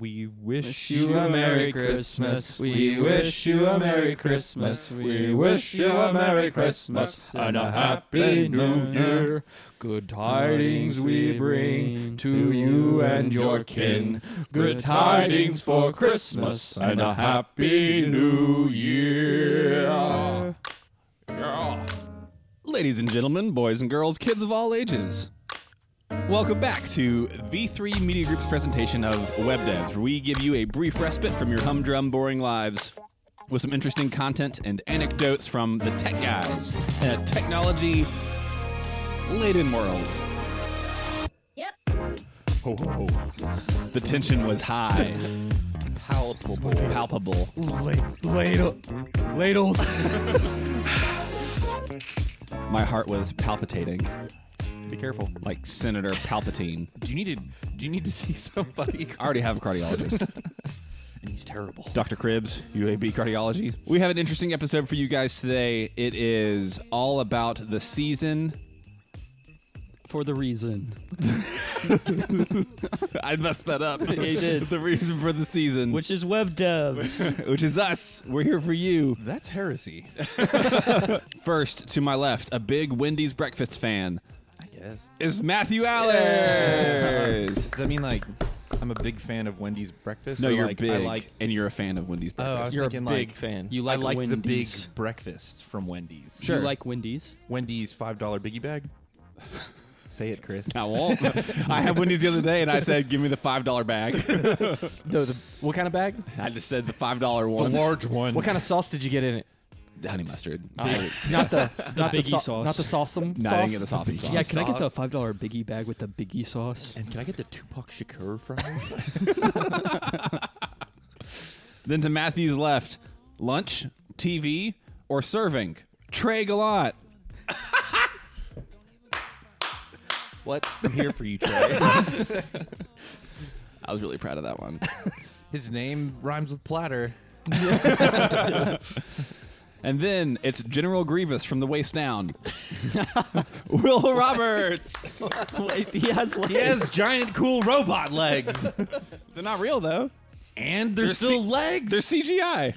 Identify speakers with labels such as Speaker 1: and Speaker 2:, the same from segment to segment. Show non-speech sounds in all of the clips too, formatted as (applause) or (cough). Speaker 1: We wish you a Merry Christmas. We wish you a Merry Christmas. We wish you a Merry Christmas and a Happy New Year. Good tidings we bring to you and your kin. Good tidings for Christmas and a Happy New Year.
Speaker 2: Yeah. Ladies and gentlemen, boys and girls, kids of all ages. Welcome back to V3 Media Group's presentation of Web Devs, where we give you a brief respite from your humdrum, boring lives with some interesting content and anecdotes from the tech guys in a technology laden world.
Speaker 3: Yep.
Speaker 2: Ho, ho, ho. The tension was high, palpable, palpable.
Speaker 4: Ladle, ladles.
Speaker 2: My heart was palpitating,
Speaker 1: Be careful.
Speaker 2: like Senator Palpatine.
Speaker 1: Do you need to? Do you need to (laughs) see somebody?
Speaker 2: I already have a cardiologist.
Speaker 1: (laughs) He's terrible.
Speaker 2: Dr. Cribbs, UAB Cardiology. We have an interesting episode for you guys today. It is all about the season. (laughs)
Speaker 4: For the reason.
Speaker 2: I messed that up.
Speaker 4: You did.
Speaker 2: the reason for the season, which,
Speaker 4: Which is web
Speaker 1: (laughs)
Speaker 4: devs.
Speaker 2: (laughs) which is us. We're here for you.
Speaker 1: That's heresy.
Speaker 2: (laughs) First, to my left, a big Wendy's breakfast fan
Speaker 1: I guess.
Speaker 2: is Matthew Allers.
Speaker 1: Does that mean like I'm a big fan of Wendy's breakfast?
Speaker 2: no,
Speaker 1: or,
Speaker 2: you're
Speaker 1: like,
Speaker 2: big,
Speaker 1: I like.
Speaker 2: and you're a fan of Wendy's
Speaker 1: Oh, I
Speaker 2: breakfast.
Speaker 1: was
Speaker 4: You're a
Speaker 1: thinking,
Speaker 4: big
Speaker 1: like,
Speaker 4: fan.
Speaker 1: You
Speaker 4: I
Speaker 1: like,
Speaker 4: like
Speaker 1: the big
Speaker 4: Wendy's.
Speaker 1: breakfast from Wendy's.
Speaker 2: Sure.
Speaker 4: You like Wendy's?
Speaker 1: Wendy's five dollar biggie bag. (laughs) Say it, Chris.
Speaker 2: I won't. I had Wendy's the other day, and I said, "Give me the five dollar bag."
Speaker 4: No, the, what kind of bag?
Speaker 2: I just said (laughs) the five dollar one,
Speaker 1: large one.
Speaker 4: What kind of sauce did you get in it?
Speaker 2: honey mustard.
Speaker 1: Ah.
Speaker 4: not the not the
Speaker 5: biggie
Speaker 4: sau-
Speaker 5: sauce.
Speaker 4: Not the sauceum
Speaker 2: No,
Speaker 4: sauce.
Speaker 2: I didn't get the sausage sauce.
Speaker 5: Yeah, can I get the
Speaker 1: sauce.
Speaker 5: five dollar biggie bag with the
Speaker 4: (laughs)
Speaker 5: biggie sauce?
Speaker 1: And can I get the Tupac Shakur (laughs) fries?
Speaker 2: Then to Matthew's left, lunch, TV, or serving. Trey Gallant.
Speaker 1: what? I'm here for you, Trey.
Speaker 2: I was really proud of that one.
Speaker 1: (laughs) His name rhymes with platter.
Speaker 2: and then it's General Grievous from the waist down. (laughs) Will Roberts.
Speaker 4: he has legs.
Speaker 1: giant, cool robot (laughs) legs,
Speaker 2: They're not real though.
Speaker 1: and they're,
Speaker 2: They're
Speaker 1: still
Speaker 2: se-
Speaker 1: legs.
Speaker 2: They're CGI.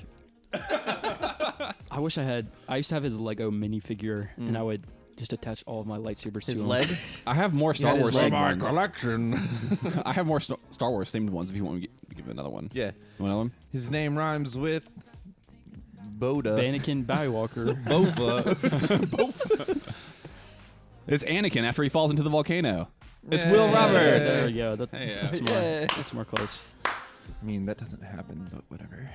Speaker 5: I wish I had. I used to have his Lego minifigure, and I would just attach all of my lightsabers to
Speaker 4: His
Speaker 5: him.
Speaker 4: leg.
Speaker 2: I have more Star
Speaker 4: Yeah, it is
Speaker 2: Wars
Speaker 4: like-
Speaker 2: themed ones.
Speaker 1: collection. (laughs)
Speaker 2: I have more Star Star Wars themed ones. If you want me to gi- give another one,
Speaker 1: Yeah,
Speaker 2: You want another one.
Speaker 1: his name rhymes with Boda.
Speaker 5: Anakin
Speaker 1: (laughs)
Speaker 5: Skywalker.
Speaker 1: Boba.
Speaker 2: It's Anakin after he falls into the volcano. It's Will Roberts.
Speaker 5: there we go. That's, that's more. That's more close.
Speaker 1: I mean, that doesn't happen, but whatever.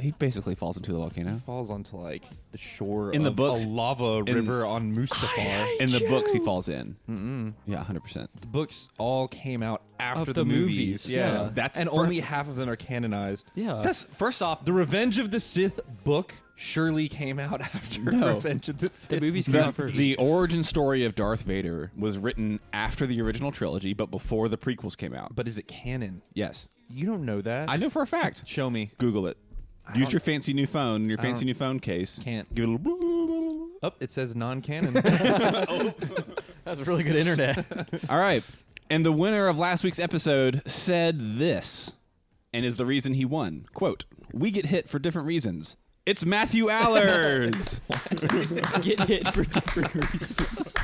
Speaker 2: He basically falls into the volcano.
Speaker 1: Falls onto like the shore
Speaker 2: In the
Speaker 1: of
Speaker 2: books-
Speaker 1: a lava river on Mustafar.
Speaker 2: In the books, he falls in. Mm-mm. Yeah, hundred percent.
Speaker 1: The books all came out after
Speaker 5: Of the movies,
Speaker 1: Yeah.
Speaker 5: yeah.
Speaker 1: that's
Speaker 2: That's
Speaker 1: and
Speaker 2: fir-
Speaker 1: only half of them are canonized.
Speaker 5: Yeah.
Speaker 2: That's first off.
Speaker 1: The Revenge of the Sith book surely came out (laughs) after
Speaker 2: No.
Speaker 1: Revenge of the Sith.
Speaker 5: the movies came
Speaker 2: The,
Speaker 5: out first.
Speaker 2: the origin story of Darth Vader was written after the original trilogy, but before the prequels came
Speaker 1: (laughs)
Speaker 2: out.
Speaker 1: But is it canon?
Speaker 2: yes,
Speaker 1: You don't know that.
Speaker 2: I know for a fact.
Speaker 1: Show me.
Speaker 2: Google it. Use your fancy new phone and your fancy new phone case.
Speaker 1: Can't.
Speaker 2: give it a little.
Speaker 1: Up, it says (laughs) non-canon.
Speaker 5: that's really good internet.
Speaker 2: All right, and the winner of last week's episode said this, and is the reason he won. Quote: We get hit for different reasons. It's Matthew Allers.
Speaker 5: Get hit for different reasons.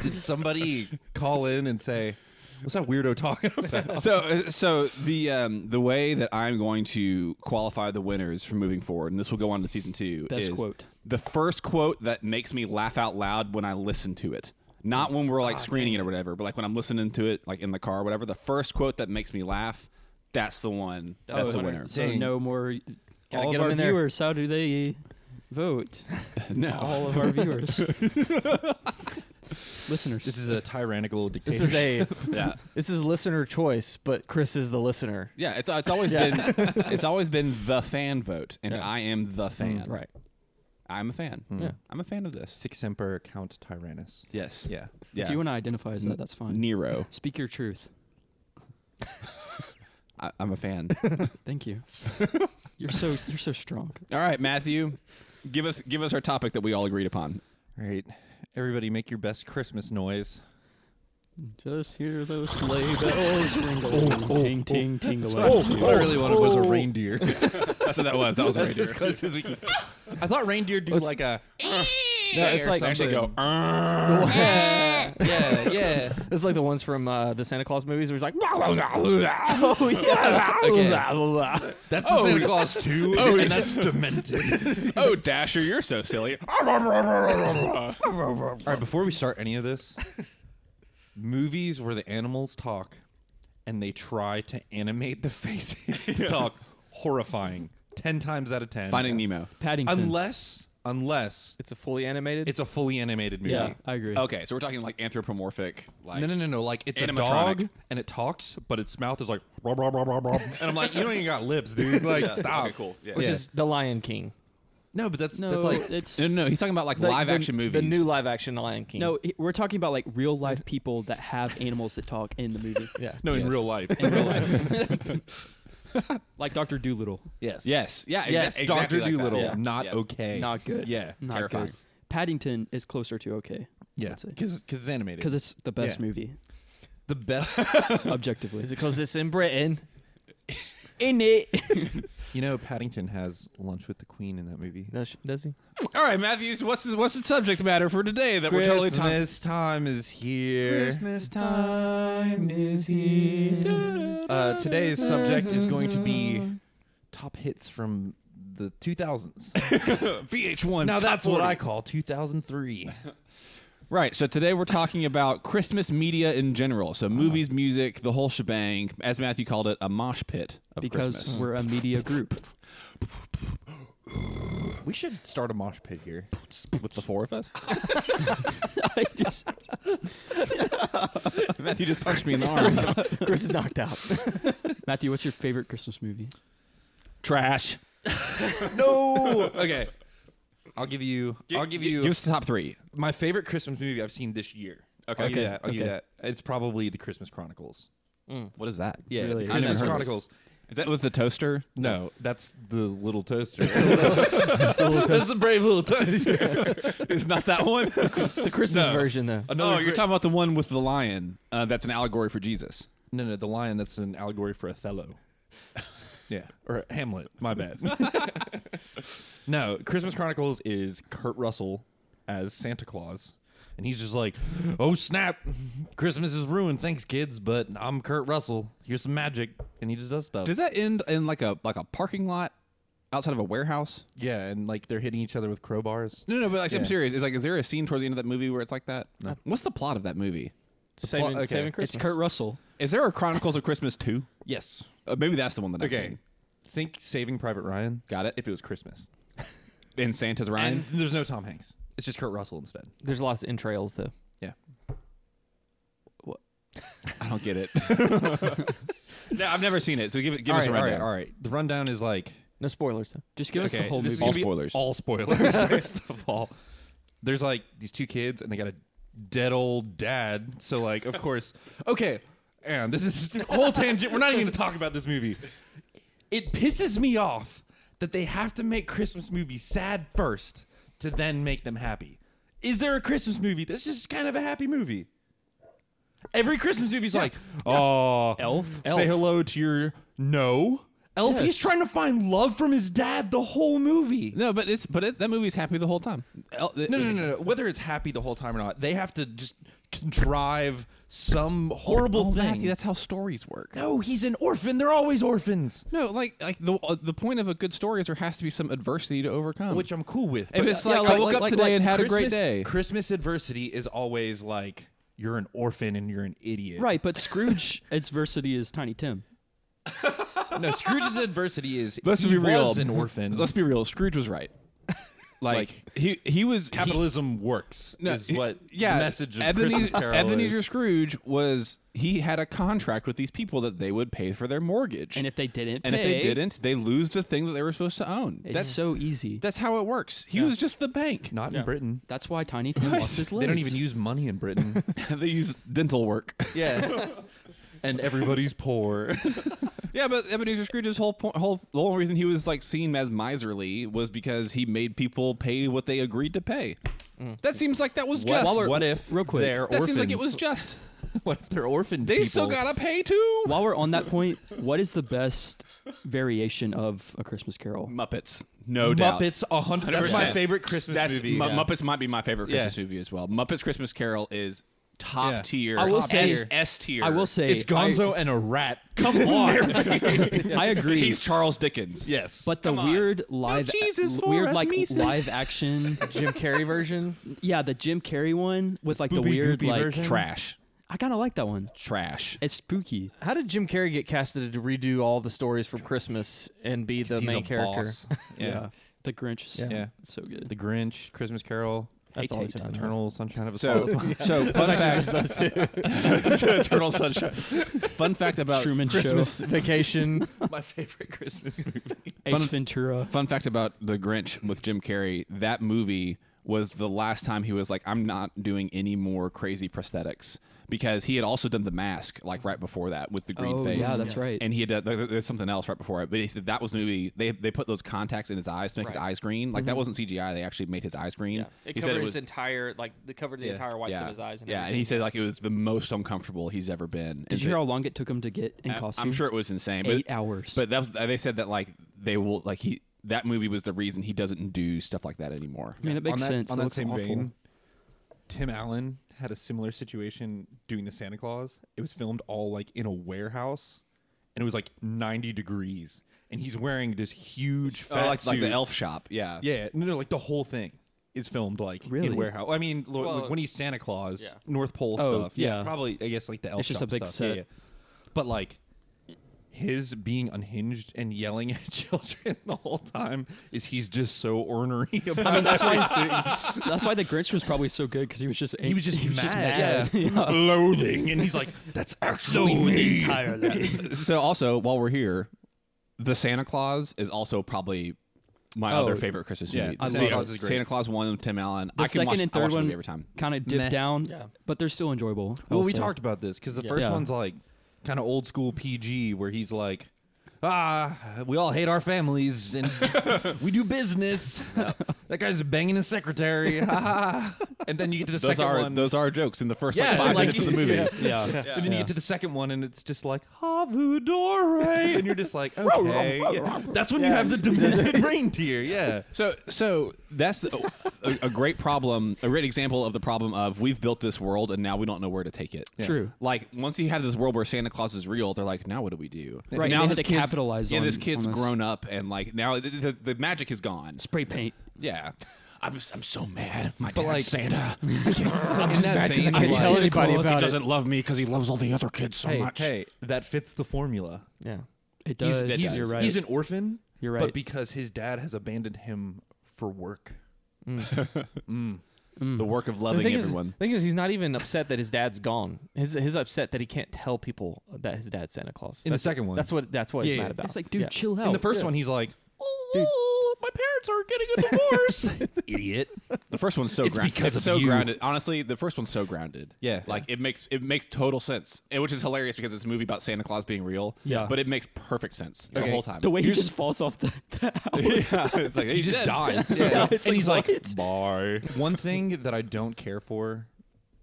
Speaker 1: Did somebody call in and say, "What's that weirdo talking about?"
Speaker 2: so uh, so the um, the way that I'm going to qualify the winners from moving forward, and this will go on to season two.
Speaker 5: (laughs) Best
Speaker 2: is
Speaker 5: quote.
Speaker 2: The first quote that makes me laugh out loud when I listen to it. Not when
Speaker 5: Ah,
Speaker 2: we're like screening it or whatever, but like when I'm listening to it, like in the car or whatever. The first quote that makes me laugh, that's the one. That's the
Speaker 5: (laughs)
Speaker 2: winner.
Speaker 5: So
Speaker 1: Dang.
Speaker 5: no more.
Speaker 4: Gotta
Speaker 5: all
Speaker 4: get 'em
Speaker 5: of our
Speaker 4: in there.
Speaker 5: viewers. How do they vote?
Speaker 2: No,
Speaker 5: All of our viewers. Listeners.
Speaker 1: This is a tyrannical
Speaker 4: This
Speaker 1: dictatorship.
Speaker 4: is a (laughs)
Speaker 2: yeah,
Speaker 4: this is listener choice, but Chris is the listener.
Speaker 2: yeah. It's it's always
Speaker 5: (laughs)
Speaker 2: been it's always been the fan vote, and I am the fan.
Speaker 5: Mm, right.
Speaker 2: I'm a fan.
Speaker 1: Hmm.
Speaker 5: Yeah.
Speaker 2: I'm a fan of this.
Speaker 1: Six Emperor Count Tyrannus.
Speaker 2: Yes.
Speaker 1: Yeah.
Speaker 2: Yeah.
Speaker 5: If you want to identify as that, that's fine.
Speaker 2: Nero,
Speaker 5: Speak your truth.
Speaker 2: I, I'm
Speaker 5: (laughs)
Speaker 2: a fan.
Speaker 4: (laughs)
Speaker 5: Thank you. You're so you're so strong.
Speaker 2: All right, Matthew, give us give us our topic that we all agreed upon.
Speaker 1: All right. Everybody make your best Christmas noise.
Speaker 5: Just hear those sleigh bells ringing.
Speaker 1: Oh, oh,
Speaker 5: ting, ting, ting.
Speaker 2: What (laughs) I really wanted was a reindeer.
Speaker 1: (laughs)
Speaker 2: That's what that was. That was a reindeer. I thought reindeer do
Speaker 4: Let's-
Speaker 2: like a.
Speaker 4: No, it's like
Speaker 2: actually go.
Speaker 3: Eh.
Speaker 2: yeah,
Speaker 5: (laughs)
Speaker 2: yeah.
Speaker 4: It's like the ones from uh, the Santa Claus movies where he's like, (laughs) oh (laughs) yeah,
Speaker 2: That's the Santa Claus
Speaker 1: (laughs)
Speaker 2: too. Oh, and that's demented. oh, Dasher, you're so (laughs) silly.
Speaker 1: All right, before we start any of this, movies where the animals talk and they try to animate the (laughs) faces to talk, horrifying. Ten times out of ten.
Speaker 2: Finding Nemo.
Speaker 5: Paddington.
Speaker 1: Unless, unless
Speaker 4: It's a fully animated.
Speaker 1: it's a fully animated movie.
Speaker 5: yeah, I agree.
Speaker 2: Okay, so we're talking like anthropomorphic. Like,
Speaker 1: No, no, no, no. Like it's a
Speaker 2: Animatronic.
Speaker 1: dog and it talks, but its mouth is like, (laughs) "Rub, rub, rub, rub, rub." and I'm like, you don't even got lips, (laughs) dude. Like, stop.
Speaker 2: Okay, cool. Yeah.
Speaker 4: which
Speaker 1: yeah.
Speaker 4: is The Lion King.
Speaker 1: No, but that's
Speaker 5: No,
Speaker 1: that's like
Speaker 5: it's
Speaker 2: no, no, no, he's talking about like
Speaker 4: The-
Speaker 2: live
Speaker 4: the-
Speaker 2: action movies.
Speaker 4: The new live action Lion King.
Speaker 5: no. i- We're talking about like
Speaker 4: (laughs)
Speaker 5: real life people that have animals that talk in the movie.
Speaker 4: yeah.
Speaker 2: no, in
Speaker 1: Yes.
Speaker 2: real life.
Speaker 5: In real
Speaker 4: (laughs)
Speaker 5: life. like Doctor Doolittle.
Speaker 1: yes,
Speaker 2: (laughs) yes, yeah, exa-
Speaker 1: yes.
Speaker 2: exactly
Speaker 1: Doctor
Speaker 2: like that.
Speaker 1: Doolittle,
Speaker 5: Yeah.
Speaker 1: not
Speaker 2: Yeah.
Speaker 1: okay,
Speaker 5: Not good.
Speaker 1: Yeah,
Speaker 5: Not
Speaker 2: Terrifying.
Speaker 5: good. Paddington is closer to okay
Speaker 1: yeah,
Speaker 5: I'd say.
Speaker 1: because it's animated.
Speaker 5: because it's the best
Speaker 1: Yeah.
Speaker 5: movie
Speaker 1: the best.
Speaker 5: (laughs) objectively.
Speaker 4: Is it because it's in Britain?
Speaker 5: in it?
Speaker 1: you know, Paddington has lunch with the Queen in that movie.
Speaker 4: Does, does he?
Speaker 2: All right, Matthews, what's the, what's the subject matter for today that we're totally talking?
Speaker 1: Christmas time is here.
Speaker 2: time
Speaker 1: is here. Uh, today's subject is going to be top hits from the (laughs) 2000s.
Speaker 2: VH1.
Speaker 1: now that's what I call 2003.
Speaker 2: Right. So today we're talking about Christmas media in general. So movies, music, the whole shebang. As Matthew called it, a mosh pit of
Speaker 5: Because
Speaker 2: Christmas.
Speaker 5: we're
Speaker 1: (laughs)
Speaker 5: a
Speaker 4: (laughs)
Speaker 5: media group.
Speaker 1: we should start a mosh pit here.
Speaker 2: with the four of us.
Speaker 5: I just
Speaker 2: (laughs) Matthew just punched (laughs) me in the arm.
Speaker 4: Chris is knocked out.
Speaker 5: (laughs) Matthew, what's your favorite Christmas movie?
Speaker 2: Trash.
Speaker 1: (laughs) no. Okay. I'll give you. I'll give you
Speaker 2: Give us the top three.
Speaker 1: my favorite Christmas movie I've seen this year. Okay. I'll give you
Speaker 5: Okay,
Speaker 1: that. I'll give you
Speaker 5: okay.
Speaker 1: that. It's probably The Christmas Chronicles.
Speaker 2: What is that?
Speaker 1: Yeah,
Speaker 5: Really?
Speaker 1: The
Speaker 5: I've never
Speaker 1: Christmas
Speaker 2: heard of this.
Speaker 1: Chronicles.
Speaker 2: Is that with the toaster?
Speaker 1: No, that's the little (laughs) toaster. That's the brave little toaster.
Speaker 2: (laughs) it's not that one.
Speaker 4: The Christmas
Speaker 2: (laughs) No.
Speaker 4: version, though.
Speaker 1: (laughs)
Speaker 2: oh,
Speaker 1: Another
Speaker 2: you're
Speaker 1: great-
Speaker 2: talking about the one with the lion. Uh, that's an allegory for Jesus.
Speaker 1: No, no, the lion. That's an allegory for
Speaker 2: (laughs)
Speaker 1: Othello. yeah, or Hamlet. My bad. no, Christmas Chronicles is Kurt Russell as Santa Claus, and he's just like, "Oh snap, Christmas is ruined. Thanks, kids, but I'm Kurt Russell. Here's some magic," and he just does stuff.
Speaker 2: Does that end in like a like a parking lot outside of a warehouse?
Speaker 1: yeah, and like they're hitting each other with crowbars.
Speaker 2: No, no, but like, I'm
Speaker 1: Yeah.
Speaker 2: serious. Is like, is there a scene towards the end of that movie where it's like that? What's the plot of that movie?
Speaker 4: saving,
Speaker 1: plot- okay.
Speaker 4: saving
Speaker 1: It's
Speaker 4: Christmas.
Speaker 5: It's Kurt Russell.
Speaker 2: Is there a Chronicles of Christmas two?
Speaker 1: Yes.
Speaker 2: Uh, maybe that's the one that I've
Speaker 1: Okay.
Speaker 2: seen.
Speaker 1: Think Saving Private Ryan.
Speaker 2: Got it.
Speaker 1: If it was Christmas,
Speaker 2: And Santa's Ryan.
Speaker 1: and there's no Tom Hanks. It's just Kurt Russell instead.
Speaker 4: There's lots of entrails, though.
Speaker 2: I don't get it. (laughs) no, I've never seen it. So give it. Give
Speaker 1: all
Speaker 2: us
Speaker 1: right,
Speaker 2: a
Speaker 1: all
Speaker 2: rundown.
Speaker 1: right, all right. The rundown is like
Speaker 4: No spoilers, though.
Speaker 5: Just give us the
Speaker 1: Okay,
Speaker 5: whole
Speaker 1: this is
Speaker 5: movie.
Speaker 2: All
Speaker 1: gonna be
Speaker 2: spoilers.
Speaker 1: All spoilers. (laughs) First of all, there's like these two kids, and they got a dead old dad. So like, of (laughs) course, okay. And this is a whole tangent. We're not even going to talk about this movie. It pisses me off that they have to make Christmas movies sad first to then make them happy. Is there a Christmas movie that's just kind of a happy movie? Every Christmas movie's like, oh,
Speaker 5: Elf?
Speaker 1: Say
Speaker 5: Elf.
Speaker 1: hello to your no. Elf. He's
Speaker 5: Yes.
Speaker 1: trying to find love from his dad the whole movie.
Speaker 2: No, but it's but it, that movie's happy the whole time. El- uh,
Speaker 1: No, no, no, no. Whether it's happy the whole time or not, they have to just contrive some horrible
Speaker 2: Oh,
Speaker 1: thing.
Speaker 2: Matthew, that's how stories work.
Speaker 1: no, he's an orphan. They're always orphans,
Speaker 2: No, like like the uh, the point of a good story is there has to be some adversity to overcome.
Speaker 1: which I'm cool with.
Speaker 2: If
Speaker 1: But-
Speaker 2: it's
Speaker 5: yeah,
Speaker 2: like, I
Speaker 5: like-
Speaker 2: woke up
Speaker 5: like-
Speaker 2: today
Speaker 5: like
Speaker 2: and had a great
Speaker 1: Christmas-
Speaker 2: day.
Speaker 1: Christmas adversity is always like you're an orphan and you're an idiot.
Speaker 5: Right, but Scrooge adversity is Tiny Tim.
Speaker 1: No, Scrooge's (laughs) adversity is
Speaker 2: Let's
Speaker 1: he
Speaker 2: be real.
Speaker 1: was an orphan.
Speaker 2: Let's be real. Scrooge
Speaker 1: (laughs)
Speaker 2: was right. Like, he he was he-
Speaker 1: Capitalism works.
Speaker 2: no,
Speaker 1: is
Speaker 2: he-
Speaker 1: what
Speaker 2: yeah,
Speaker 1: the message of
Speaker 2: Ebenezer,
Speaker 1: Christmas Carol
Speaker 2: Ebenezer
Speaker 1: is.
Speaker 2: Scrooge was he had a contract with these people that they would pay for their mortgage,
Speaker 5: And if they didn't,
Speaker 2: and if
Speaker 5: pay,
Speaker 2: they didn't, they lose the thing that they were supposed to own.
Speaker 5: it's
Speaker 2: That's
Speaker 5: so easy.
Speaker 2: that's how it works. He was just
Speaker 1: (laughs)
Speaker 2: the bank.
Speaker 1: Not in Britain.
Speaker 5: That's why Tiny Tim lost his legs.
Speaker 1: They don't even use money in Britain.
Speaker 2: they use dental work.
Speaker 1: yeah, and everybody's poor.
Speaker 2: Yeah, but Ebenezer Scrooge's whole point, whole the whole reason he was like seen as miserly was because he made people pay what they agreed to pay. That seems like that was just.
Speaker 1: Mm. what if
Speaker 5: real quick,
Speaker 1: they're
Speaker 2: that seems like it
Speaker 1: orphans?
Speaker 2: was just.
Speaker 1: what if they're orphaned?
Speaker 2: They
Speaker 1: people?
Speaker 2: still gotta pay too.
Speaker 5: While we're on that point, what is the best variation of A Christmas Carol?
Speaker 2: Muppets, no doubt.
Speaker 1: Muppets. A hundred. That's my
Speaker 2: 100%.
Speaker 1: favorite Christmas
Speaker 2: That's
Speaker 1: movie.
Speaker 2: Mu-
Speaker 1: Yeah.
Speaker 2: Muppets might be my favorite
Speaker 1: Yeah.
Speaker 2: Christmas movie as well. Muppets Christmas Carol is top
Speaker 1: Yeah.
Speaker 2: tier.
Speaker 5: I will
Speaker 2: top
Speaker 5: say-
Speaker 2: S- S tier.
Speaker 5: I will say
Speaker 1: It's Gonzo and a rat. (laughs) Come on.
Speaker 5: I, I agree.
Speaker 2: he's Charles
Speaker 1: (laughs)
Speaker 2: Dickens.
Speaker 1: yes.
Speaker 5: but the
Speaker 2: Come on.
Speaker 5: weird live,
Speaker 2: Jesus for
Speaker 5: weird
Speaker 2: us
Speaker 5: like
Speaker 2: Mises.
Speaker 5: live action,
Speaker 1: (laughs)
Speaker 4: Jim Carrey version.
Speaker 5: yeah, the Jim Carrey one with like the
Speaker 1: spoopy
Speaker 5: weird
Speaker 1: goopy
Speaker 5: like.
Speaker 1: version?
Speaker 2: trash,
Speaker 5: I kind of like that one.
Speaker 2: trash.
Speaker 5: It's spooky.
Speaker 4: How did Jim Carrey get casted to redo all the stories from Christmas and be the
Speaker 1: He's
Speaker 4: main
Speaker 1: a
Speaker 4: character?
Speaker 1: boss. Yeah.
Speaker 5: The Grinch. is-
Speaker 4: Yeah.
Speaker 1: Yeah.
Speaker 5: it's so good.
Speaker 1: The Grinch, Christmas Carol,
Speaker 4: That's all he's done.
Speaker 1: Eternal Sunshine of a
Speaker 2: So,
Speaker 1: Spotless Mind.
Speaker 2: so fun fact.
Speaker 1: Eternal Sunshine.
Speaker 2: Fun fact about
Speaker 5: Truman Show,
Speaker 4: Christmas (laughs) Vacation.
Speaker 1: my favorite Christmas movie.
Speaker 5: Ace Ventura.
Speaker 2: Fun fact about The Grinch with Jim Carrey, that movie was the last time he was like, I'm not doing any more crazy prosthetics because he had also done The Mask like right before that with the green
Speaker 5: Oh,
Speaker 2: face.
Speaker 5: yeah, that's right.
Speaker 2: And he had done, there- there's something else right before it, but he said that was the movie. They, they put those contacts in his eyes to make his eyes green. Like that wasn't CGI. They actually made his eyes green.
Speaker 4: It
Speaker 2: He said
Speaker 4: covered
Speaker 2: it
Speaker 4: his entire like they covered the
Speaker 1: Yeah.
Speaker 4: entire whites
Speaker 2: yeah,
Speaker 4: of his eyes. And
Speaker 2: yeah, and he said like it was the most uncomfortable he's ever been.
Speaker 5: Did you hear how long it took him to get in costume?
Speaker 2: I'm sure it was insane.
Speaker 5: eight
Speaker 2: but,
Speaker 5: hours.
Speaker 2: But that was they said that like they will like he that movie was the reason he doesn't do stuff like that anymore.
Speaker 5: I mean, it makes
Speaker 1: on that,
Speaker 5: sense.
Speaker 1: On
Speaker 5: That
Speaker 1: that
Speaker 5: looks
Speaker 1: same
Speaker 5: awful.
Speaker 1: vein, Tim Allen had a similar situation doing the Santa Claus. It was filmed all like in a warehouse, and it was like 90 degrees, and he's wearing this huge
Speaker 2: Oh,
Speaker 1: fat
Speaker 2: like like the
Speaker 1: suit.
Speaker 2: elf shop. Yeah.
Speaker 1: Yeah, no, no, like the whole thing is filmed like
Speaker 5: Really?
Speaker 1: in warehouse. I mean, lo-
Speaker 4: Well,
Speaker 1: like, when he's Santa Claus,
Speaker 4: yeah.
Speaker 1: North Pole
Speaker 5: Oh,
Speaker 1: stuff. Yeah,
Speaker 5: yeah.
Speaker 1: probably. I guess like the elf.
Speaker 5: It's just
Speaker 1: shop
Speaker 5: a big
Speaker 1: stuff. Yeah,
Speaker 5: set.
Speaker 1: yeah. But like his being unhinged and yelling (laughs) at children the whole time is he's just so ornery (laughs) about
Speaker 5: (laughs) That's why, that's why the Grinch was probably so good because he was just ang-
Speaker 1: He was just mad.
Speaker 5: (laughs) mad. Yeah.
Speaker 1: loathing, and he's like, "That's actually me."
Speaker 2: So also while we're here, the Santa Claus is also probably my
Speaker 5: Oh,
Speaker 2: other favorite Christmas
Speaker 1: yeah,
Speaker 2: movie.
Speaker 1: I
Speaker 2: Santa
Speaker 1: love
Speaker 2: Claus
Speaker 1: it.
Speaker 2: is great. Santa Claus one, Tim Allen.
Speaker 5: The
Speaker 2: I can
Speaker 5: second
Speaker 2: watch,
Speaker 5: and
Speaker 2: I watch
Speaker 5: third
Speaker 2: the movie
Speaker 5: one
Speaker 2: every time.
Speaker 5: kind of
Speaker 1: Meh.
Speaker 5: dipped down,
Speaker 4: Yeah.
Speaker 5: but they're still enjoyable. I
Speaker 1: Well,
Speaker 5: will
Speaker 1: we
Speaker 5: say.
Speaker 1: talked about this because the
Speaker 4: Yeah.
Speaker 1: first
Speaker 5: Yeah.
Speaker 1: one's like kind of old school PG, where he's like, "Ah, we all hate our families and (laughs) we do business." (laughs) that guy's banging his secretary, (laughs) and then you get to the
Speaker 2: Those
Speaker 1: second
Speaker 2: are
Speaker 1: one.
Speaker 2: those are jokes in the first
Speaker 1: Yeah,
Speaker 2: like five
Speaker 1: like-
Speaker 2: minutes of the
Speaker 1: (laughs)
Speaker 2: movie.
Speaker 1: yeah.
Speaker 5: Yeah.
Speaker 4: (laughs)
Speaker 1: and then you
Speaker 5: Yeah.
Speaker 1: get to the second one, and it's just like Havudore, and you're just like, okay, yeah. that's when you have the demented reindeer, yeah.
Speaker 2: So, so that's a, a, a great problem, a great example of the problem of we've built this world and now we don't know where to take it.
Speaker 5: True.
Speaker 2: Like once you have this world where Santa Claus is real, they're like, now what do we do?
Speaker 5: Right,
Speaker 2: Now
Speaker 5: they had
Speaker 2: this
Speaker 5: to
Speaker 2: kid's-
Speaker 5: capitalize
Speaker 2: Yeah,
Speaker 5: on-
Speaker 2: this kid's
Speaker 5: on this.
Speaker 2: grown up and like now the, the, the magic is gone.
Speaker 5: spray paint.
Speaker 2: Yeah. I'm just, I'm so mad. My dad's
Speaker 1: like-
Speaker 2: Santa.
Speaker 1: In that vein,
Speaker 4: can't
Speaker 1: like-
Speaker 4: tell anybody
Speaker 2: He
Speaker 4: about it.
Speaker 2: doesn't love me because he loves all the other kids so
Speaker 1: hey,
Speaker 2: much.
Speaker 1: hey, that fits the formula.
Speaker 4: yeah.
Speaker 5: It does.
Speaker 2: It
Speaker 1: he's,
Speaker 2: does.
Speaker 5: You're right.
Speaker 1: he's an orphan,
Speaker 5: You're
Speaker 1: but
Speaker 5: right.
Speaker 1: because his dad has abandoned him for work.
Speaker 2: The work of
Speaker 4: The
Speaker 2: loving
Speaker 4: thing
Speaker 2: everyone.
Speaker 4: is, thing is, he's not even upset that his dad's gone. His his upset that he can't tell people that his dad's Santa Claus.
Speaker 1: In the
Speaker 4: That's-
Speaker 1: second one.
Speaker 4: that's what that's what
Speaker 1: Yeah,
Speaker 4: he's
Speaker 1: yeah.
Speaker 4: mad about.
Speaker 5: it's like, dude,
Speaker 4: Yeah.
Speaker 5: chill out.
Speaker 1: In the first one, he's like, "Oh, my parents are getting a divorce, idiot."
Speaker 2: The first one's so
Speaker 1: It's
Speaker 2: grounded.
Speaker 1: because
Speaker 2: it's
Speaker 1: of
Speaker 2: so
Speaker 1: you.
Speaker 2: grounded. Honestly, the first one's so grounded.
Speaker 1: Yeah.
Speaker 2: like it makes it makes total sense, and which is hilarious because it's a movie about Santa Claus being real.
Speaker 5: Yeah.
Speaker 2: but it makes perfect sense the
Speaker 1: Okay.
Speaker 2: whole time.
Speaker 5: the way he just falls off the, (laughs) the house.
Speaker 1: (laughs)
Speaker 2: yeah, (laughs) it's like
Speaker 1: He just dies. Yeah, (laughs)
Speaker 5: it's
Speaker 1: and
Speaker 5: like,
Speaker 1: he's like,
Speaker 5: what?
Speaker 2: Bar.
Speaker 1: One thing that I don't care for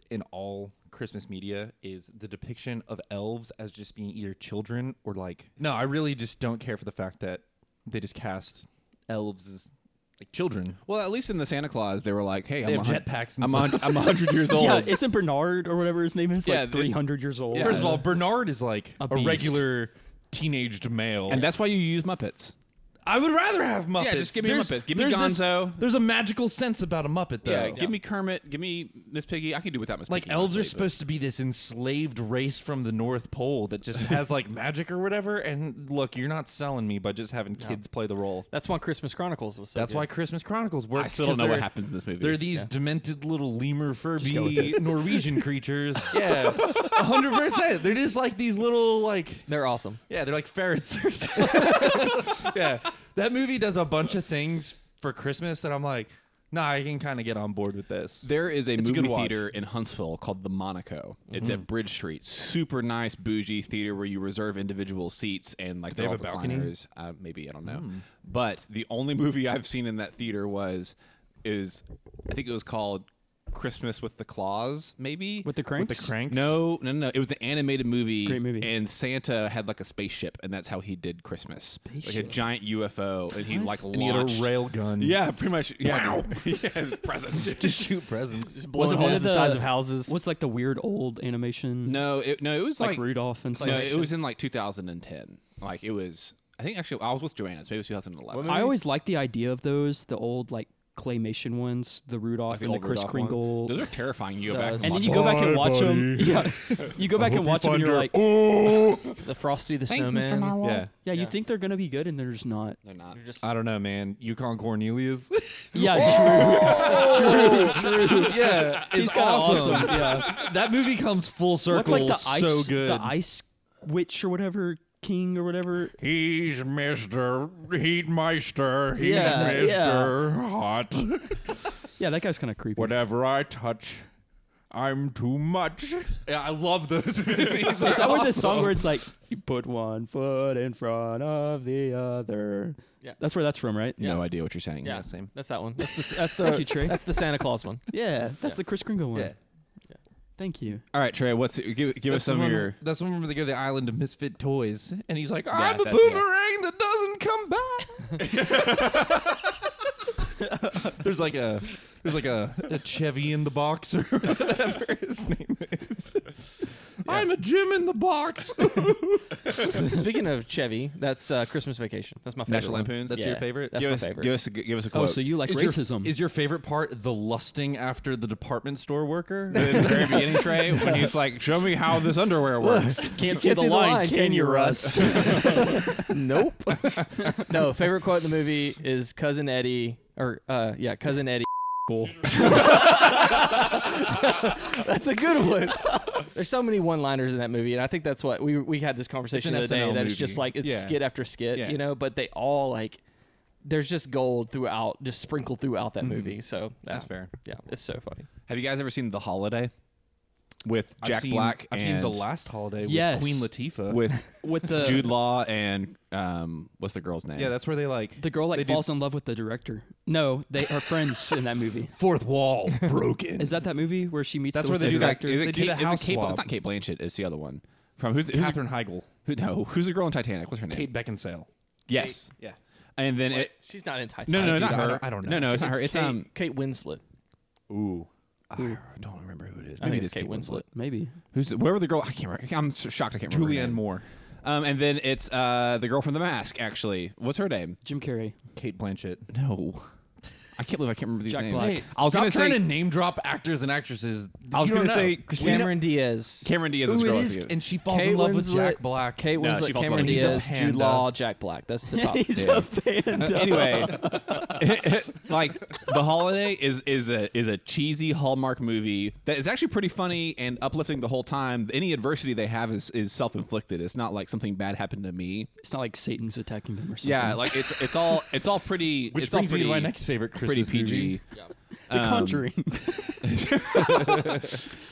Speaker 1: in all Christmas media is the depiction of elves as just being either children or like. No, I really just don't care for the fact that they just cast elves as like children.
Speaker 2: (laughs) Well, at least in the Santa Claus, they were like, "Hey,
Speaker 1: They
Speaker 2: I'm a
Speaker 1: have
Speaker 2: hun-
Speaker 1: jetpacks and
Speaker 2: I'm
Speaker 1: stuff.
Speaker 2: a, I'm a hundred
Speaker 1: (laughs)
Speaker 2: years old."
Speaker 5: Yeah, isn't Bernard or whatever his name is
Speaker 2: Yeah,
Speaker 5: like
Speaker 2: the-
Speaker 5: 300 years old?
Speaker 1: First of all, Bernard is like a,
Speaker 5: beast.
Speaker 1: regular teenaged male,
Speaker 2: and that's why you use Muppets.
Speaker 1: I would rather have Muppets.
Speaker 2: Yeah, just give me Muppets. Give me
Speaker 1: there's this-
Speaker 2: Gonzo.
Speaker 1: there's a magical sense about a Muppet though.
Speaker 2: Yeah, give me Kermit. Give me Miss Piggy. I can do without Miss
Speaker 1: Like
Speaker 2: Piggy.
Speaker 1: elves are
Speaker 2: honestly, but-
Speaker 1: supposed to be this enslaved race from the North Pole that just has like (laughs) magic or whatever. And look, you're not selling me by just having kids play the role.
Speaker 4: That's why Christmas Chronicles was so
Speaker 1: That's
Speaker 4: good.
Speaker 1: why Christmas Chronicles works.
Speaker 2: I still don't
Speaker 1: 'cause
Speaker 2: know what
Speaker 1: they're-
Speaker 2: happens in this movie.
Speaker 1: They're these demented little lemur
Speaker 5: go with
Speaker 1: Furby
Speaker 5: it.
Speaker 1: (laughs) Norwegian
Speaker 2: (laughs)
Speaker 1: creatures. Yeah, hundred percent. They're just like these little like
Speaker 4: they're awesome.
Speaker 1: yeah, they're like ferrets
Speaker 2: (laughs)
Speaker 1: or something. yeah, that movie does a bunch of things for Christmas that I'm like, nah, I can kind of get on board with this.
Speaker 2: There is a
Speaker 1: a
Speaker 2: movie
Speaker 1: good watch. Mm-hmm.
Speaker 2: theater in Huntsville called the Monaco. It's at Bridge Street. Super nice bougie theater where you reserve individual seats and like they
Speaker 1: have a balcony? Hmm.
Speaker 2: recliners. Uh, maybe I don't know. But the only movie I've seen in that theater was is I think it was called Christmas with the claws, maybe
Speaker 5: With the cranks?
Speaker 1: With the cranks?
Speaker 2: No, no, no. It was the animated movie.
Speaker 5: Great movie.
Speaker 2: And Santa had like a spaceship, and that's how he did Christmas. Like a giant UFO, and he like
Speaker 1: And he had a
Speaker 2: launched.
Speaker 1: rail gun.
Speaker 2: yeah, pretty much. Yeah, (laughs) yeah
Speaker 1: (laughs)
Speaker 2: present.
Speaker 1: To shoot presents.
Speaker 4: Was it
Speaker 5: one
Speaker 4: one
Speaker 5: of
Speaker 4: of the sides of houses?
Speaker 5: What's like the weird old animation?
Speaker 2: no, it, no, it was
Speaker 5: like,
Speaker 2: like,
Speaker 5: Rudolph and stuff.
Speaker 2: no, it was in like 2010. Like it was. I think actually I was with Joanna, so maybe it was 2011.
Speaker 5: I always liked the idea of those, the old like claymation ones, the Rudolph
Speaker 2: Like
Speaker 5: and the
Speaker 2: old
Speaker 5: Chris
Speaker 2: Rudolph one.
Speaker 5: Kringle.
Speaker 2: Those are terrifying. You go back
Speaker 4: And
Speaker 5: and
Speaker 2: watch
Speaker 5: then you go back and watch them.
Speaker 1: buddy.
Speaker 5: (laughs) Yeah, you go back and watch them, and you're like,
Speaker 4: the Frosty the
Speaker 2: Thanks, Mr.
Speaker 4: Snowman?
Speaker 2: Marvel.
Speaker 1: (laughs) Yeah.
Speaker 5: yeah, you think they're gonna be good, and they're just (laughs) not.
Speaker 2: They're not.
Speaker 4: You're just-
Speaker 1: I don't know, man. Yukon Cornelius.
Speaker 5: Yeah, true, true, true.
Speaker 1: yeah, it's
Speaker 5: He's kinda awesome.
Speaker 1: Yeah, (laughs) that movie comes full
Speaker 5: What's like
Speaker 1: circle.
Speaker 5: the ice,
Speaker 1: so good.
Speaker 5: the ice witch or whatever king or whatever?
Speaker 1: He's Mister Heatmeister. He's
Speaker 5: Yeah,
Speaker 1: Mister Hot.
Speaker 5: Yeah, that guy's kind of creepy.
Speaker 1: Whatever I touch, I'm too much.
Speaker 2: Yeah, I
Speaker 1: (laughs)
Speaker 2: love
Speaker 5: Is
Speaker 2: those.
Speaker 5: that where the song where it's like you put one foot in front of the other?
Speaker 4: Yeah.
Speaker 5: that's where that's from, right?
Speaker 2: No idea what you're saying.
Speaker 4: Yeah,
Speaker 2: same.
Speaker 4: That's that one. That's the that's the
Speaker 5: Thank you, Trey.
Speaker 4: that's the Santa Claus one.
Speaker 5: Yeah, that's the Chris Kringle one.
Speaker 1: Yeah.
Speaker 4: Yeah.
Speaker 5: Thank you.
Speaker 2: All right, Trey. What's give give us
Speaker 1: That's the
Speaker 2: some of
Speaker 1: one-
Speaker 2: your
Speaker 1: That's the one where they go to the island of misfit toys, and he's like,
Speaker 2: Yeah,
Speaker 1: "I'm a
Speaker 2: that's it.
Speaker 1: boomerang that doesn't come back."
Speaker 2: (laughs)
Speaker 1: there's like a there's like a, a Chevy in the box or whatever his name is. I'm a Jim in the box.
Speaker 4: Speaking of Chevy, that's uh, Christmas Vacation. That's my favorite.
Speaker 2: National
Speaker 4: one.
Speaker 2: Lampoon's? That's
Speaker 4: Yeah,
Speaker 2: your
Speaker 1: favorite?
Speaker 4: That's
Speaker 2: give
Speaker 4: my
Speaker 2: us,
Speaker 4: favorite.
Speaker 2: Give us a, give us a
Speaker 5: (laughs) Oh,
Speaker 2: quote.
Speaker 5: so you like
Speaker 1: is
Speaker 5: racism?
Speaker 1: Your, is your favorite part the lusting after the department store (laughs) worker?
Speaker 2: in the very beginning, Trey, when he's like, "Show me how this underwear works."
Speaker 5: can't
Speaker 4: see the line, can you, Russ?
Speaker 5: (laughs)
Speaker 1: (laughs)
Speaker 4: nope. no, favorite quote in the movie is cousin Eddie or uh yeah, cousin Eddie. Cool. that's a good one. There's so many one-liners in that movie, and I think that's what we we had this conversation the
Speaker 1: It's
Speaker 4: other
Speaker 1: an
Speaker 4: day.
Speaker 1: SNL
Speaker 4: That it's just
Speaker 1: movie.
Speaker 4: like it's
Speaker 1: Yeah.
Speaker 4: skit after skit,
Speaker 2: Yeah.
Speaker 4: you know. But they all like there's just gold throughout, just sprinkled throughout that movie. So
Speaker 2: That's
Speaker 4: yeah.
Speaker 2: fair.
Speaker 4: Yeah, it's so funny.
Speaker 2: Have you guys ever seen The Holiday with
Speaker 1: I've
Speaker 2: Jack
Speaker 1: seen-
Speaker 2: Black?
Speaker 1: I've seen the
Speaker 2: and
Speaker 1: last holiday
Speaker 5: Yes.
Speaker 1: with Queen Latifah.
Speaker 2: with
Speaker 5: with the
Speaker 2: Jude Law and um, what's the girl's name?
Speaker 1: yeah, that's where they like
Speaker 5: the girl
Speaker 1: They
Speaker 5: like
Speaker 1: do-
Speaker 5: falls in love with the director. No, they are friends in that movie.
Speaker 1: fourth wall
Speaker 2: (laughs)
Speaker 1: broken.
Speaker 5: Is that that movie where she meets?
Speaker 1: That's
Speaker 5: the,
Speaker 1: where they
Speaker 5: the
Speaker 2: Is
Speaker 1: do that-
Speaker 2: it,
Speaker 5: director?
Speaker 2: is it
Speaker 1: They do
Speaker 2: Kate,
Speaker 1: the
Speaker 2: is it
Speaker 1: house
Speaker 2: Kate, it's
Speaker 1: swap.
Speaker 2: not Kate Blanchett. It's the other one from who's who's
Speaker 1: Catherine Heigl,
Speaker 2: the, who, no who's the girl in Titanic? What's her name?
Speaker 1: Kate Beckinsale.
Speaker 2: Yes.
Speaker 1: Yeah.
Speaker 2: And then it,
Speaker 4: She's not in Titanic.
Speaker 2: no, no,
Speaker 1: I do
Speaker 2: not
Speaker 1: not-
Speaker 2: her.
Speaker 1: I don't know.
Speaker 2: No, no, it's not her. It's
Speaker 4: Kate,
Speaker 2: um.
Speaker 4: Kate Winslet.
Speaker 2: Ooh. I don't remember who it is.
Speaker 4: I think
Speaker 2: Maybe
Speaker 4: it's Kate Winslet.
Speaker 5: Maybe.
Speaker 2: Who's the, wherever the girl? I can't remember. I'm so shocked. I can't remember. her
Speaker 1: Julianne
Speaker 2: name.
Speaker 1: Moore,
Speaker 2: Um, and then it's uh the girl from The Mask. Actually, what's her name?
Speaker 5: Jim Carrey.
Speaker 1: Kate Blanchett.
Speaker 2: No, I can't believe I can't remember these
Speaker 5: Jack
Speaker 2: names.
Speaker 5: Black. Hey,
Speaker 2: I was
Speaker 1: Stop
Speaker 2: gonna
Speaker 1: trying
Speaker 2: say
Speaker 1: to name drop actors and actresses.
Speaker 2: I was
Speaker 1: You
Speaker 2: gonna
Speaker 1: don't
Speaker 2: say
Speaker 1: know.
Speaker 2: Christina
Speaker 4: Cameron Diaz.
Speaker 2: Cameron Diaz. Is
Speaker 1: Ooh,
Speaker 2: the
Speaker 1: it
Speaker 2: girl I
Speaker 1: is,
Speaker 2: forget.
Speaker 1: and she falls
Speaker 4: Kate
Speaker 1: in love with
Speaker 4: Winslet-
Speaker 1: Jack Black.
Speaker 4: Kate
Speaker 2: No,
Speaker 4: Winslet,
Speaker 2: she falls in love
Speaker 4: Cameron
Speaker 2: with him. He's a
Speaker 4: Diaz, Jude
Speaker 1: panda.
Speaker 4: Law, Jack Black. That's the (laughs)
Speaker 5: (laughs)
Speaker 4: top.
Speaker 2: Yeah. (laughs)
Speaker 1: Uh,
Speaker 2: anyway, like the holiday is is a is a cheesy Hallmark movie that is actually pretty funny and uplifting the whole time. Any adversity they have is is self inflicted. It's not like something bad happened to me.
Speaker 5: It's not like Satan's attacking them or something.
Speaker 2: Yeah, like it's it's all it's all (laughs) pretty.
Speaker 1: Which
Speaker 2: it's all
Speaker 1: brings me to
Speaker 2: pretty-
Speaker 1: my next favorite Christmas
Speaker 2: pretty PG.
Speaker 1: movie.
Speaker 5: The
Speaker 2: (laughs) Um,
Speaker 5: Conjuring.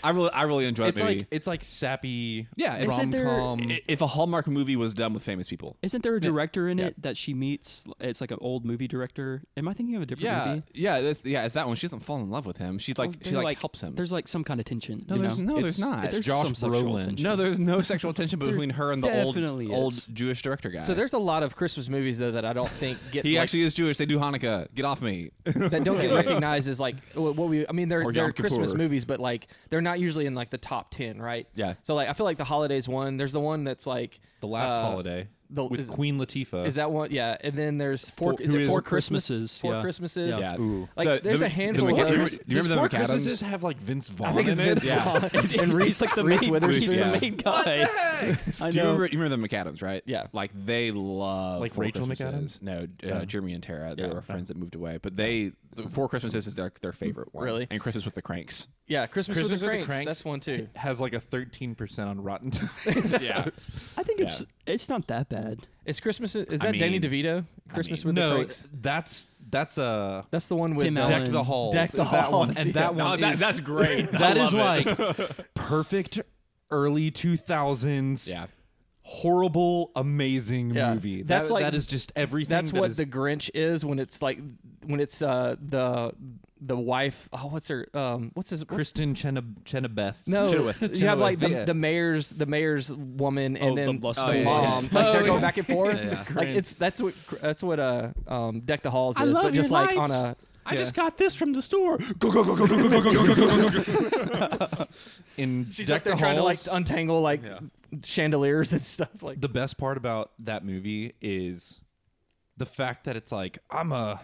Speaker 2: I really I really enjoy
Speaker 1: It's
Speaker 2: that movie.
Speaker 1: like it's like sappy.
Speaker 2: yeah, it's
Speaker 5: Isn't there-
Speaker 1: rom-com.
Speaker 2: I- if a Hallmark movie was done with famous people.
Speaker 5: Isn't there a director in it that she meets? It's like an old movie director. Am I thinking of a different
Speaker 2: Yeah,
Speaker 5: movie?
Speaker 2: yeah, that's, yeah. It's that one. She doesn't fall in love with him. She like
Speaker 5: Well,
Speaker 2: she
Speaker 5: they're
Speaker 2: like, helps him.
Speaker 5: There's like some kind of tension.
Speaker 2: Oh, no,
Speaker 5: you
Speaker 2: there's
Speaker 5: know?
Speaker 2: no,
Speaker 1: It's-
Speaker 2: there's not.
Speaker 5: There's
Speaker 1: Josh
Speaker 5: some sexual
Speaker 1: Brolin.
Speaker 5: tension.
Speaker 2: no, there's no sexual tension between her and the old
Speaker 5: definitely is.
Speaker 2: old Jewish director guy.
Speaker 4: So there's a lot of Christmas movies though that I don't think get
Speaker 2: he
Speaker 4: like,
Speaker 2: actually is Jewish. They do Hanukkah. Get off me.
Speaker 4: that don't
Speaker 2: (laughs)
Speaker 4: get recognized as like wh- what we. I mean, they're
Speaker 2: Or
Speaker 4: they're
Speaker 2: Yom Kippur.
Speaker 4: Christmas movies, but like they're not usually in like the top ten, right?
Speaker 2: Yeah.
Speaker 4: So like I feel like the holidays one. There's the one that's like
Speaker 1: the last
Speaker 4: uh,
Speaker 1: holiday
Speaker 4: the-
Speaker 1: with
Speaker 4: is-
Speaker 1: Queen Latifah.
Speaker 4: Is that one? Yeah. And then there's four.
Speaker 1: Four-
Speaker 4: is
Speaker 1: who
Speaker 4: it
Speaker 1: is-
Speaker 4: four
Speaker 5: Christmases,
Speaker 4: Four
Speaker 5: yeah.
Speaker 4: Christmases.
Speaker 5: (laughs)
Speaker 1: Yeah.
Speaker 2: Ooh.
Speaker 4: Like,
Speaker 2: So
Speaker 4: there's
Speaker 2: the-
Speaker 4: a
Speaker 2: the
Speaker 4: handful
Speaker 2: Mc-
Speaker 4: of
Speaker 2: do you
Speaker 4: those.
Speaker 2: remember- do you remember the
Speaker 1: Does Four
Speaker 2: McAdams?
Speaker 1: Christmases have like Vince Vaughn?
Speaker 4: I think it's
Speaker 1: in it?
Speaker 4: Vince
Speaker 2: Yeah.
Speaker 4: Vaughn and Reese
Speaker 5: like the
Speaker 4: Reese
Speaker 5: main-
Speaker 4: Witherspoon.
Speaker 2: Reese, yeah.
Speaker 5: guy. I
Speaker 2: Do you,
Speaker 5: know.
Speaker 2: remember, you remember the McAdams, right?
Speaker 4: Yeah.
Speaker 2: Like they love
Speaker 1: Like
Speaker 2: Four
Speaker 1: Rachel
Speaker 2: Christmases. No, uh, Jeremy and Tara. They
Speaker 4: Yeah.
Speaker 2: were friends that moved away, but they the Four Christmases is their their favorite one.
Speaker 4: Really?
Speaker 2: And Christmas with the Cranks.
Speaker 4: Yeah, Christmas,
Speaker 1: Christmas
Speaker 4: with, the cranks. That's one too.
Speaker 1: Has like a thirteen percent on Rotten.
Speaker 2: (laughs) yeah.
Speaker 5: I think it's it's not that bad.
Speaker 4: (laughs) Is Christmas? Is
Speaker 2: I
Speaker 4: that Danny
Speaker 2: mean-
Speaker 4: DeVito? Christmas with the
Speaker 1: no,
Speaker 4: Cranks.
Speaker 1: that's that's uh,
Speaker 4: That's the one with
Speaker 5: Tim
Speaker 4: uh,
Speaker 5: Allen.
Speaker 1: deck the halls.
Speaker 4: Deck the
Speaker 1: Is that one-
Speaker 4: Halls,
Speaker 1: and
Speaker 4: yeah.
Speaker 1: that one
Speaker 2: that-
Speaker 1: is-
Speaker 2: that's (laughs) great.
Speaker 1: that is like (laughs) perfect early two thousands.
Speaker 2: Yeah.
Speaker 1: horrible, amazing
Speaker 4: Yeah.
Speaker 1: movie.
Speaker 4: That's
Speaker 1: that,
Speaker 4: like-
Speaker 1: that is just everything.
Speaker 4: That's
Speaker 1: that
Speaker 4: what
Speaker 1: is-
Speaker 4: the Grinch is when it's like when it's uh, the the wife. Oh, what's her? Um, what's his? What's,
Speaker 1: Kristen Chenab- Chenabeth.
Speaker 4: no, you have like the,
Speaker 1: Yeah.
Speaker 4: the mayor's the mayor's woman and
Speaker 5: Oh,
Speaker 4: then
Speaker 5: the lust
Speaker 2: Oh, yeah, yeah, yeah.
Speaker 4: mom. Like they're
Speaker 5: Oh,
Speaker 4: going
Speaker 5: yeah.
Speaker 4: back and forth.
Speaker 2: Yeah, yeah.
Speaker 4: Like it's that's what that's what uh um deck the halls is, but just like on a
Speaker 5: I
Speaker 4: just
Speaker 5: got this from the store.
Speaker 2: Go go go go go go go go go go go go.
Speaker 1: In
Speaker 4: she's
Speaker 1: Deck
Speaker 4: like they're
Speaker 1: the
Speaker 4: trying to like
Speaker 1: Halls,
Speaker 4: untangle like
Speaker 2: Yeah.
Speaker 4: chandeliers and (laughs) stuff like
Speaker 1: the best part about that movie is the fact that it's like I'm a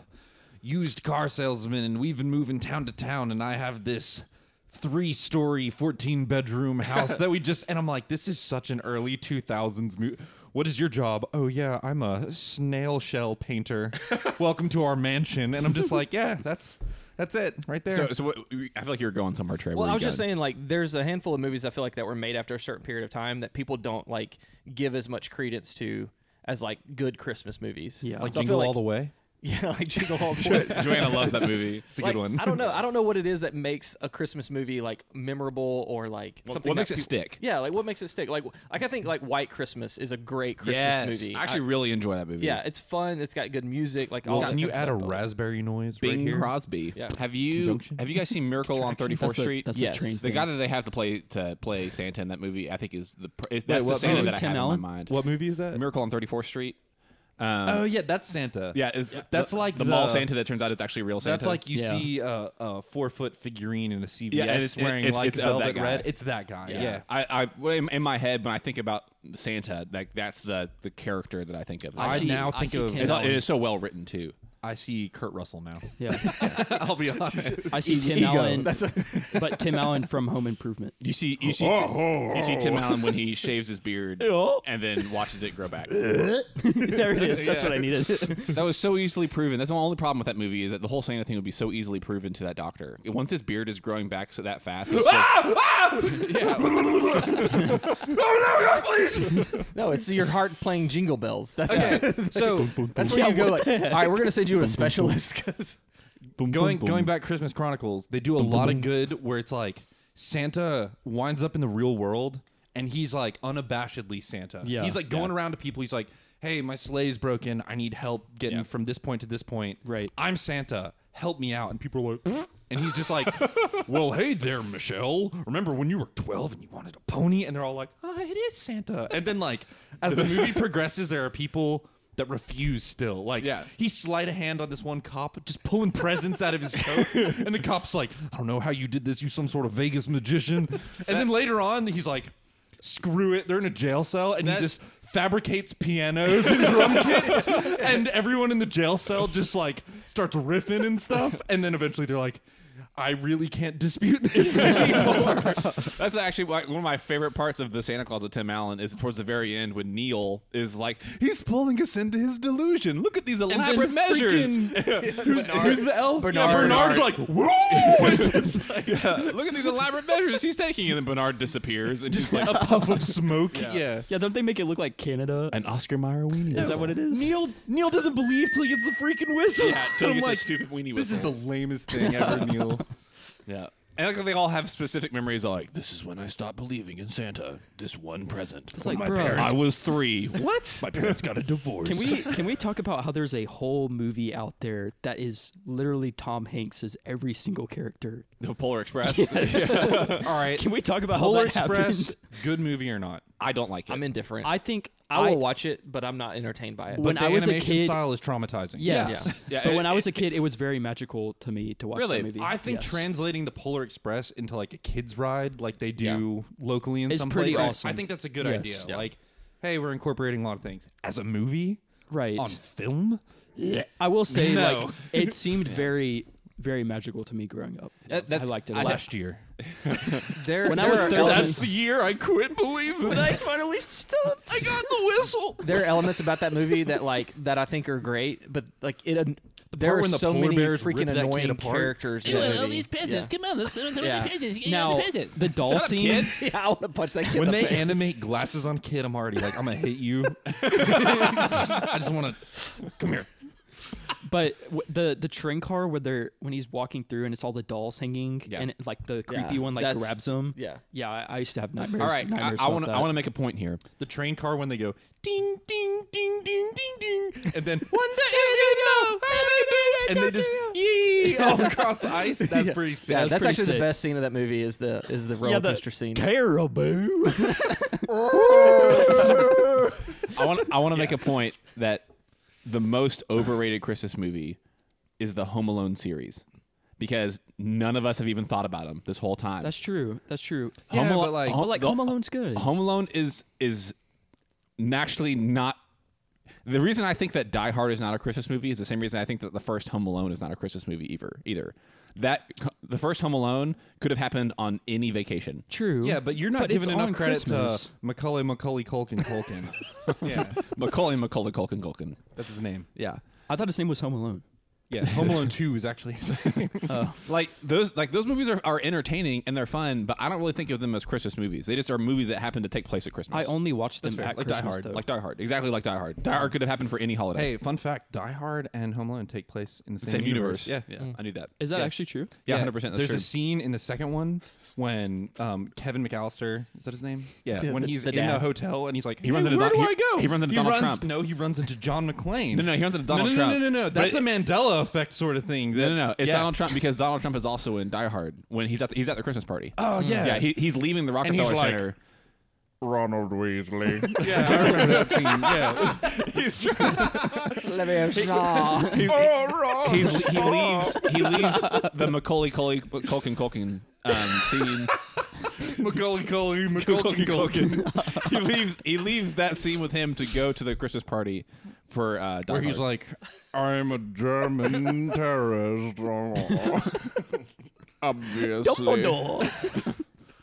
Speaker 1: used car salesman and we've been moving town to town and I have this three story 14
Speaker 2: (laughs)
Speaker 1: bedroom house that we just and I'm like this is such an early 2000s movie what is your job? Oh yeah, I'm a snail shell
Speaker 2: (laughs)
Speaker 1: painter. Welcome to our mansion and I'm just like yeah, that's that's it right there.
Speaker 2: So, so what, I feel like you're going somewhere, Trey.
Speaker 4: Well,
Speaker 2: Where
Speaker 4: I
Speaker 2: you
Speaker 4: was just
Speaker 2: going?
Speaker 4: saying, like, there's a handful of movies I feel like that were made after a certain period of time that people don't like give as much credence to as like good Christmas movies.
Speaker 5: Yeah.
Speaker 1: like
Speaker 4: So I
Speaker 1: jingle
Speaker 4: feel
Speaker 1: all the way.
Speaker 4: (laughs) yeah, like Jingle All
Speaker 1: (laughs)
Speaker 4: the Way.
Speaker 2: (laughs) Joanna loves that movie.
Speaker 1: It's a
Speaker 4: Like,
Speaker 1: good one.
Speaker 4: I don't know. I don't know what it is that makes a Christmas movie like memorable or like
Speaker 2: What-
Speaker 4: something.
Speaker 2: what
Speaker 4: that
Speaker 2: makes it
Speaker 4: peop-
Speaker 2: stick?
Speaker 4: Yeah, like what makes it stick? Like, like I think like White Christmas is a great Christmas movie.
Speaker 2: I actually
Speaker 4: I-
Speaker 2: really enjoy that movie.
Speaker 4: yeah, it's fun. It's got good music. Like, all
Speaker 1: Well,
Speaker 4: that
Speaker 1: can you
Speaker 4: kind
Speaker 1: add a
Speaker 4: of stuff, but-
Speaker 1: raspberry noise right
Speaker 2: Bing
Speaker 1: here?
Speaker 2: Crosby.
Speaker 4: Yeah.
Speaker 2: Have you
Speaker 1: Conjunction?
Speaker 2: have you guys seen Miracle on 34th
Speaker 5: That's the,
Speaker 2: Street?
Speaker 5: that's
Speaker 4: Yes.
Speaker 5: the train.
Speaker 2: the guy that they have to play to play Santa in that movie, I think, is the pr- is, that's the
Speaker 1: what
Speaker 2: Santa
Speaker 1: movie?
Speaker 2: that I
Speaker 5: Tim
Speaker 2: have
Speaker 5: Allen?
Speaker 2: in my mind.
Speaker 1: What movie is that?
Speaker 2: Miracle on 34th Street. Um,
Speaker 1: Oh yeah, that's Santa.
Speaker 2: yeah, it's-
Speaker 1: that's like
Speaker 2: the, mall
Speaker 1: the-
Speaker 2: Santa that turns out is actually real Santa.
Speaker 1: That's like you
Speaker 5: Yeah.
Speaker 1: see a, a four foot figurine in a CVS
Speaker 2: Yeah, and it's-
Speaker 1: wearing
Speaker 2: it's-
Speaker 1: like
Speaker 2: it's of that
Speaker 1: velvet
Speaker 2: guy.
Speaker 1: red. It's that guy. Yeah.
Speaker 2: I, I well, in, in my head when I think about Santa, like that's the the character that I think of.
Speaker 1: I,
Speaker 5: see-
Speaker 1: now
Speaker 5: I
Speaker 1: think
Speaker 5: see
Speaker 1: of
Speaker 5: Tim
Speaker 2: It's-
Speaker 5: Allen.
Speaker 2: it is so well written too.
Speaker 1: I see Kurt Russell now.
Speaker 5: Yeah.
Speaker 1: (laughs) I'll
Speaker 2: (laughs)
Speaker 1: be honest.
Speaker 5: I see Tim
Speaker 4: Ego.
Speaker 5: Allen,
Speaker 4: That's a-
Speaker 5: (laughs) but Tim Allen from Home Improvement.
Speaker 2: You see, you see, you see Tim Allen when he shaves his beard and then watches it grow back.
Speaker 5: there
Speaker 2: (laughs)
Speaker 5: it is. That's what I needed.
Speaker 2: That was so easily proven. That's the only problem with that movie is that the whole Santa thing would be so easily proven to that doctor. Once his beard is growing back so that fast, it's just,
Speaker 1: Ah!
Speaker 4: no, it's your heart playing jingle bells.
Speaker 1: (laughs)
Speaker 4: That's
Speaker 2: (laughs)
Speaker 1: so
Speaker 4: that's where you go. Like, all right, we're gonna send (laughs) you to a specialist because (laughs)
Speaker 1: going going back Christmas Chronicles, they do a lot of good where it's like Santa winds up in the real world and he's like unabashedly Santa.
Speaker 5: Yeah.
Speaker 1: He's like going around to people. He's like, "Hey, my sleigh's broken. I need help getting
Speaker 2: Yeah.
Speaker 1: from this point to this point.
Speaker 5: Right.
Speaker 1: I'm Santa. Help me out." And people are like. (laughs) And he's just like, "Well, hey there, Michelle. Remember when you were 12 and you wanted a pony?" And they're all like, "Ah, it is Santa." And then like, as
Speaker 5: (laughs)
Speaker 1: the movie progresses, there are people that refuse still. Like,
Speaker 2: Yeah.
Speaker 1: he slide a hand on this one cop, just pulling presents out of his
Speaker 2: (laughs)
Speaker 1: coat, and the cop's like, "I don't know how you did this. You some sort of Vegas magician." And then later on, he's like, "Screw it." They're in a jail cell, and he
Speaker 2: That's-
Speaker 1: just fabricates pianos and
Speaker 2: (laughs)
Speaker 1: drum kits, and everyone in the jail cell just like starts riffing and stuff. And then eventually, they're like. I really can't dispute
Speaker 2: (laughs)
Speaker 1: this anymore.
Speaker 2: (laughs) that's actually why- one of my favorite parts of the Santa Claus with Tim Allen is towards the very end when Neil is like, he's pulling us into his delusion. Look at these
Speaker 1: then
Speaker 2: elaborate
Speaker 1: (laughs)
Speaker 2: measures. (laughs)
Speaker 1: who's, who's the elf? Yeah,
Speaker 4: Bernard.
Speaker 1: Bernard's like, whoa! It's just like
Speaker 2: Yeah, look at these elaborate measures he's taking, and then Bernard disappears, and just like "Oh,
Speaker 1: a puff of smoke. yeah.
Speaker 5: Yeah, don't they make it look like Canada?
Speaker 2: an Oscar Mayer weenie.
Speaker 5: Is that what it is?
Speaker 1: Neil Neil doesn't believe till he gets the freaking whistle. (laughs)
Speaker 2: Yeah, till
Speaker 1: And
Speaker 2: you
Speaker 1: I'm
Speaker 2: like,
Speaker 1: like,
Speaker 2: stupid weenie
Speaker 1: this
Speaker 2: whistle.
Speaker 1: is the lamest thing ever, Neil.
Speaker 2: Yeah. And like they all have specific memories of like, this is (laughs) when I stopped believing in Santa. This one present.
Speaker 5: It's like, bro,
Speaker 2: I
Speaker 1: (laughs)
Speaker 2: was three.
Speaker 5: what?
Speaker 2: My parents got a divorce.
Speaker 5: Can we can we talk about how there's a whole movie out there that is literally Tom Hanks as every single character?
Speaker 2: The Polar Express.
Speaker 1: All right.
Speaker 5: Can we talk about
Speaker 1: Polar
Speaker 5: how that
Speaker 1: Express,
Speaker 5: happened?
Speaker 1: (laughs) good movie or not?
Speaker 2: I don't like it.
Speaker 4: I'm indifferent.
Speaker 5: I think
Speaker 4: I will watch it, but I'm not entertained by it.
Speaker 5: When
Speaker 1: the
Speaker 5: I was a
Speaker 1: animation
Speaker 5: kid-
Speaker 1: style is traumatizing.
Speaker 5: Yes,
Speaker 2: Yeah. Yeah,
Speaker 5: but
Speaker 2: it-
Speaker 5: when I was a kid, it was very magical to me to watch
Speaker 2: Really?
Speaker 5: that movie.
Speaker 1: I think
Speaker 5: Yes.
Speaker 1: translating the Polar Express into like a kids ride, like they do locally in
Speaker 5: It's
Speaker 1: some
Speaker 5: pretty
Speaker 1: places,
Speaker 5: awesome.
Speaker 1: I think that's a good
Speaker 5: Yes.
Speaker 1: idea.
Speaker 4: Yeah.
Speaker 1: Like, hey, we're incorporating a lot of things as a movie
Speaker 5: right.
Speaker 1: on film. Yeah.
Speaker 5: I will say,
Speaker 1: No.
Speaker 5: like, it seemed very, very magical to me growing up.
Speaker 2: That- that's-
Speaker 5: I liked it. a
Speaker 2: I-
Speaker 5: lot.
Speaker 1: Last year,
Speaker 4: there,
Speaker 5: when I
Speaker 4: there
Speaker 5: was
Speaker 4: are
Speaker 5: 13
Speaker 4: elements-
Speaker 2: That's the year I
Speaker 4: (laughs)
Speaker 2: quit believing. I
Speaker 5: finally stopped.
Speaker 2: I got the whistle.
Speaker 4: there are elements about that movie that like that I think are great, but like it. an there
Speaker 1: part
Speaker 4: are
Speaker 1: when the
Speaker 4: so
Speaker 1: polar
Speaker 4: many
Speaker 1: bears rip
Speaker 4: freaking
Speaker 1: that kid
Speaker 4: annoying
Speaker 1: apart.
Speaker 4: characters. In that movie.
Speaker 3: Come on, let's throw
Speaker 4: Yeah.
Speaker 5: Now, the doll scene.
Speaker 4: (laughs) Yeah. I want to punch that kid.
Speaker 1: (laughs) when
Speaker 4: in the
Speaker 1: they
Speaker 4: face.
Speaker 1: animate glasses on kid, I'm already like, I'm gonna
Speaker 5: (laughs)
Speaker 1: hit you. (laughs) I just want to come here.
Speaker 5: But w- the the train car where they're when he's walking through and it's all the dolls hanging
Speaker 2: Yeah.
Speaker 5: and like the creepy
Speaker 4: Yeah,
Speaker 5: one like
Speaker 4: that's-
Speaker 5: grabs them.
Speaker 4: yeah.
Speaker 5: yeah. I, I used to have nightmares.
Speaker 2: All right, I,
Speaker 5: nightmares
Speaker 2: I
Speaker 5: about
Speaker 2: want to. I
Speaker 5: that.
Speaker 2: want to make a point here.
Speaker 1: The train car when they go ding ding ding ding ding ding, and then one day and they just yee
Speaker 2: wee all across the ice. That's pretty sick.
Speaker 4: Yeah, that's,
Speaker 5: pretty
Speaker 4: actually
Speaker 5: sick.
Speaker 4: the best scene of that movie is the is the roller
Speaker 5: the-
Speaker 4: coaster scene. (laughs)
Speaker 5: Caribou.
Speaker 2: I want I want to
Speaker 5: (laughs)
Speaker 2: make a point that the most overrated Christmas movie is the Home Alone series because none of us have even thought about them this whole time.
Speaker 5: That's true. That's true.
Speaker 2: Home
Speaker 5: yeah,
Speaker 2: Alo-
Speaker 5: but like,
Speaker 2: Home-
Speaker 5: but like
Speaker 2: the-
Speaker 5: Home Alone's good.
Speaker 2: Home Alone is is naturally not. The reason I think that Die Hard is not a Christmas movie is the same reason I think that the first Home Alone is not a Christmas movie either. Either that the first Home Alone could have happened on any vacation.
Speaker 5: true.
Speaker 1: Yeah, but you're not
Speaker 5: it's
Speaker 1: giving enough
Speaker 5: on
Speaker 1: credit
Speaker 5: Christmas.
Speaker 1: to Macaulay Macaulay Culkin Culkin. yeah,
Speaker 2: Macaulay Macaulay Culkin Culkin.
Speaker 1: that's his name.
Speaker 2: Yeah.
Speaker 5: I thought his name was Home Alone.
Speaker 1: Yeah, Home Alone Two is actually.
Speaker 2: like those like those movies are, are entertaining and they're fun but i don't really think of them as christmas movies they just are movies that happen to take place at
Speaker 5: I
Speaker 2: christmas
Speaker 5: only watched them
Speaker 1: fair.
Speaker 5: at
Speaker 1: Like Die
Speaker 5: Christmas
Speaker 1: Hard.
Speaker 5: though.
Speaker 2: like die hard exactly like die hard die hard could have happened for any holiday
Speaker 1: hey, fun fact: Die Hard and Home Alone take place in the same,
Speaker 2: same universe, Mm.
Speaker 1: Yeah,
Speaker 2: yeah, i knew that
Speaker 5: is that
Speaker 2: yeah.
Speaker 5: actually true?
Speaker 2: yeah 100 percent. that's
Speaker 1: There's
Speaker 2: true
Speaker 1: a scene in the second one when um, Kevin McAllister is that his name? Yeah,
Speaker 4: Yeah,
Speaker 1: when
Speaker 4: the-
Speaker 1: he's
Speaker 4: the
Speaker 1: in the
Speaker 4: dad.
Speaker 1: hotel and he's like,
Speaker 2: runs
Speaker 1: "Hey,
Speaker 2: into
Speaker 1: where
Speaker 2: Don-
Speaker 1: do
Speaker 2: he-
Speaker 1: I go?
Speaker 2: he runs into Donald
Speaker 1: runs-
Speaker 2: Trump.
Speaker 1: No, he runs into John McClane.
Speaker 2: no no he runs into
Speaker 1: No,
Speaker 2: donald
Speaker 1: no,
Speaker 2: trump
Speaker 1: no, no, no, no. That's
Speaker 2: But
Speaker 1: a
Speaker 2: it-
Speaker 1: Mandela effect sort of thing.
Speaker 2: no
Speaker 1: that-
Speaker 2: no no it's
Speaker 1: Yeah.
Speaker 2: donald trump because donald trump is also in die hard when he's at the, he's at the christmas party Mm.
Speaker 1: Oh yeah,
Speaker 2: yeah he, he's leaving the
Speaker 1: he's
Speaker 2: rockefeller
Speaker 1: like-
Speaker 2: center
Speaker 6: Ronald Weasley. (laughs)
Speaker 1: yeah. I remember that scene. Yeah, (laughs) he's trying.
Speaker 6: oh, Ron!
Speaker 2: He's, he leaves he leaves the macaulay Culkin Culkin Culkin um, scene
Speaker 1: Macaulay
Speaker 2: (laughs)
Speaker 1: Culkin, Macaulay Culkin.
Speaker 2: he leaves. He leaves that scene with him to go to the Christmas party for uh, Die
Speaker 1: Where he's
Speaker 2: Hard.
Speaker 1: like,
Speaker 6: I'm a German terrorist. (laughs) Obviously.
Speaker 1: you want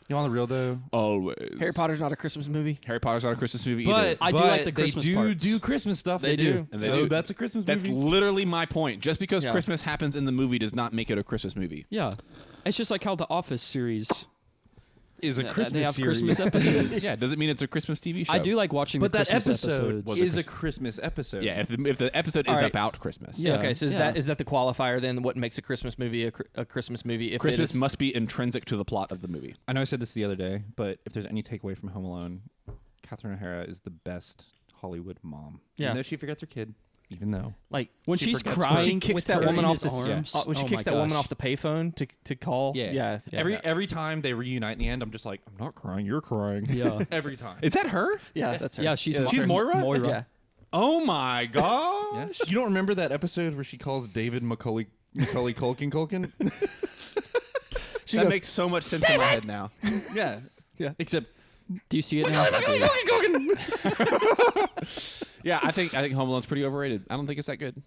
Speaker 1: the real though?
Speaker 2: always
Speaker 4: Harry Potter's not a Christmas movie.
Speaker 2: Harry Potter's not a Christmas movie
Speaker 5: But
Speaker 2: either.
Speaker 5: I do like the Christmas
Speaker 1: They do
Speaker 5: parts.
Speaker 1: do Christmas stuff. They,
Speaker 4: They do.
Speaker 2: And they
Speaker 1: so
Speaker 2: do.
Speaker 1: that's a Christmas
Speaker 2: That's
Speaker 1: movie.
Speaker 2: literally my point. Just because
Speaker 4: Yeah.
Speaker 2: Christmas happens in the movie does not make it a Christmas movie.
Speaker 5: Yeah. It's just like how the Office series
Speaker 1: is a
Speaker 5: Yeah,
Speaker 1: Christmas
Speaker 5: they have
Speaker 1: series. (laughs)
Speaker 5: Christmas episodes.
Speaker 2: (laughs) Yeah, doesn't mean it's a Christmas TV show.
Speaker 5: I do like watching
Speaker 1: But
Speaker 5: the
Speaker 1: that
Speaker 5: Christmas
Speaker 1: episode
Speaker 5: episodes.
Speaker 2: Was
Speaker 1: is a Christmas episode.
Speaker 2: Yeah, if the, if the episode is
Speaker 4: All right.
Speaker 2: about Christmas,
Speaker 5: Yeah.
Speaker 4: okay, so is
Speaker 5: yeah.
Speaker 4: that is that the qualifier then? What makes a Christmas movie a, cr- a Christmas movie? If
Speaker 2: Christmas
Speaker 4: it is,
Speaker 2: must be intrinsic to the plot of the movie.
Speaker 1: I know I said this the other day, but if there's any takeaway from Home Alone, Catherine O'Hara is the best Hollywood mom.
Speaker 4: Yeah.
Speaker 1: Even though she forgets her kid. Even though.
Speaker 4: like
Speaker 5: when
Speaker 1: She
Speaker 5: she's
Speaker 1: forgets
Speaker 5: crying,
Speaker 4: when she
Speaker 5: with
Speaker 4: kicks that
Speaker 5: her
Speaker 4: woman
Speaker 5: in
Speaker 4: off the
Speaker 5: his
Speaker 4: s-
Speaker 5: arms.
Speaker 4: uh, when she
Speaker 5: Oh
Speaker 4: kicks
Speaker 5: my
Speaker 4: that woman
Speaker 5: gosh.
Speaker 4: off the payphone to to call.
Speaker 5: Yeah.
Speaker 4: yeah, yeah,
Speaker 1: every
Speaker 4: yeah.
Speaker 1: every time they reunite in the end, I'm just like, I'm not crying, you're crying.
Speaker 5: Yeah.
Speaker 1: (laughs) every time.
Speaker 2: Is that her?
Speaker 4: yeah, that's her.
Speaker 5: Yeah, she's Mo-
Speaker 2: She's Moira?
Speaker 5: Moira.
Speaker 4: Yeah.
Speaker 2: Oh my god!
Speaker 1: (laughs) You don't remember that episode where she calls David Macaulay Macaulay Culkin Culkin?
Speaker 2: She that makes so much sense in my head now.
Speaker 1: yeah. Yeah. Except
Speaker 5: Do you see it now?
Speaker 2: (laughs) Yeah, I think I think Home Alone's pretty overrated. I don't think it's that good.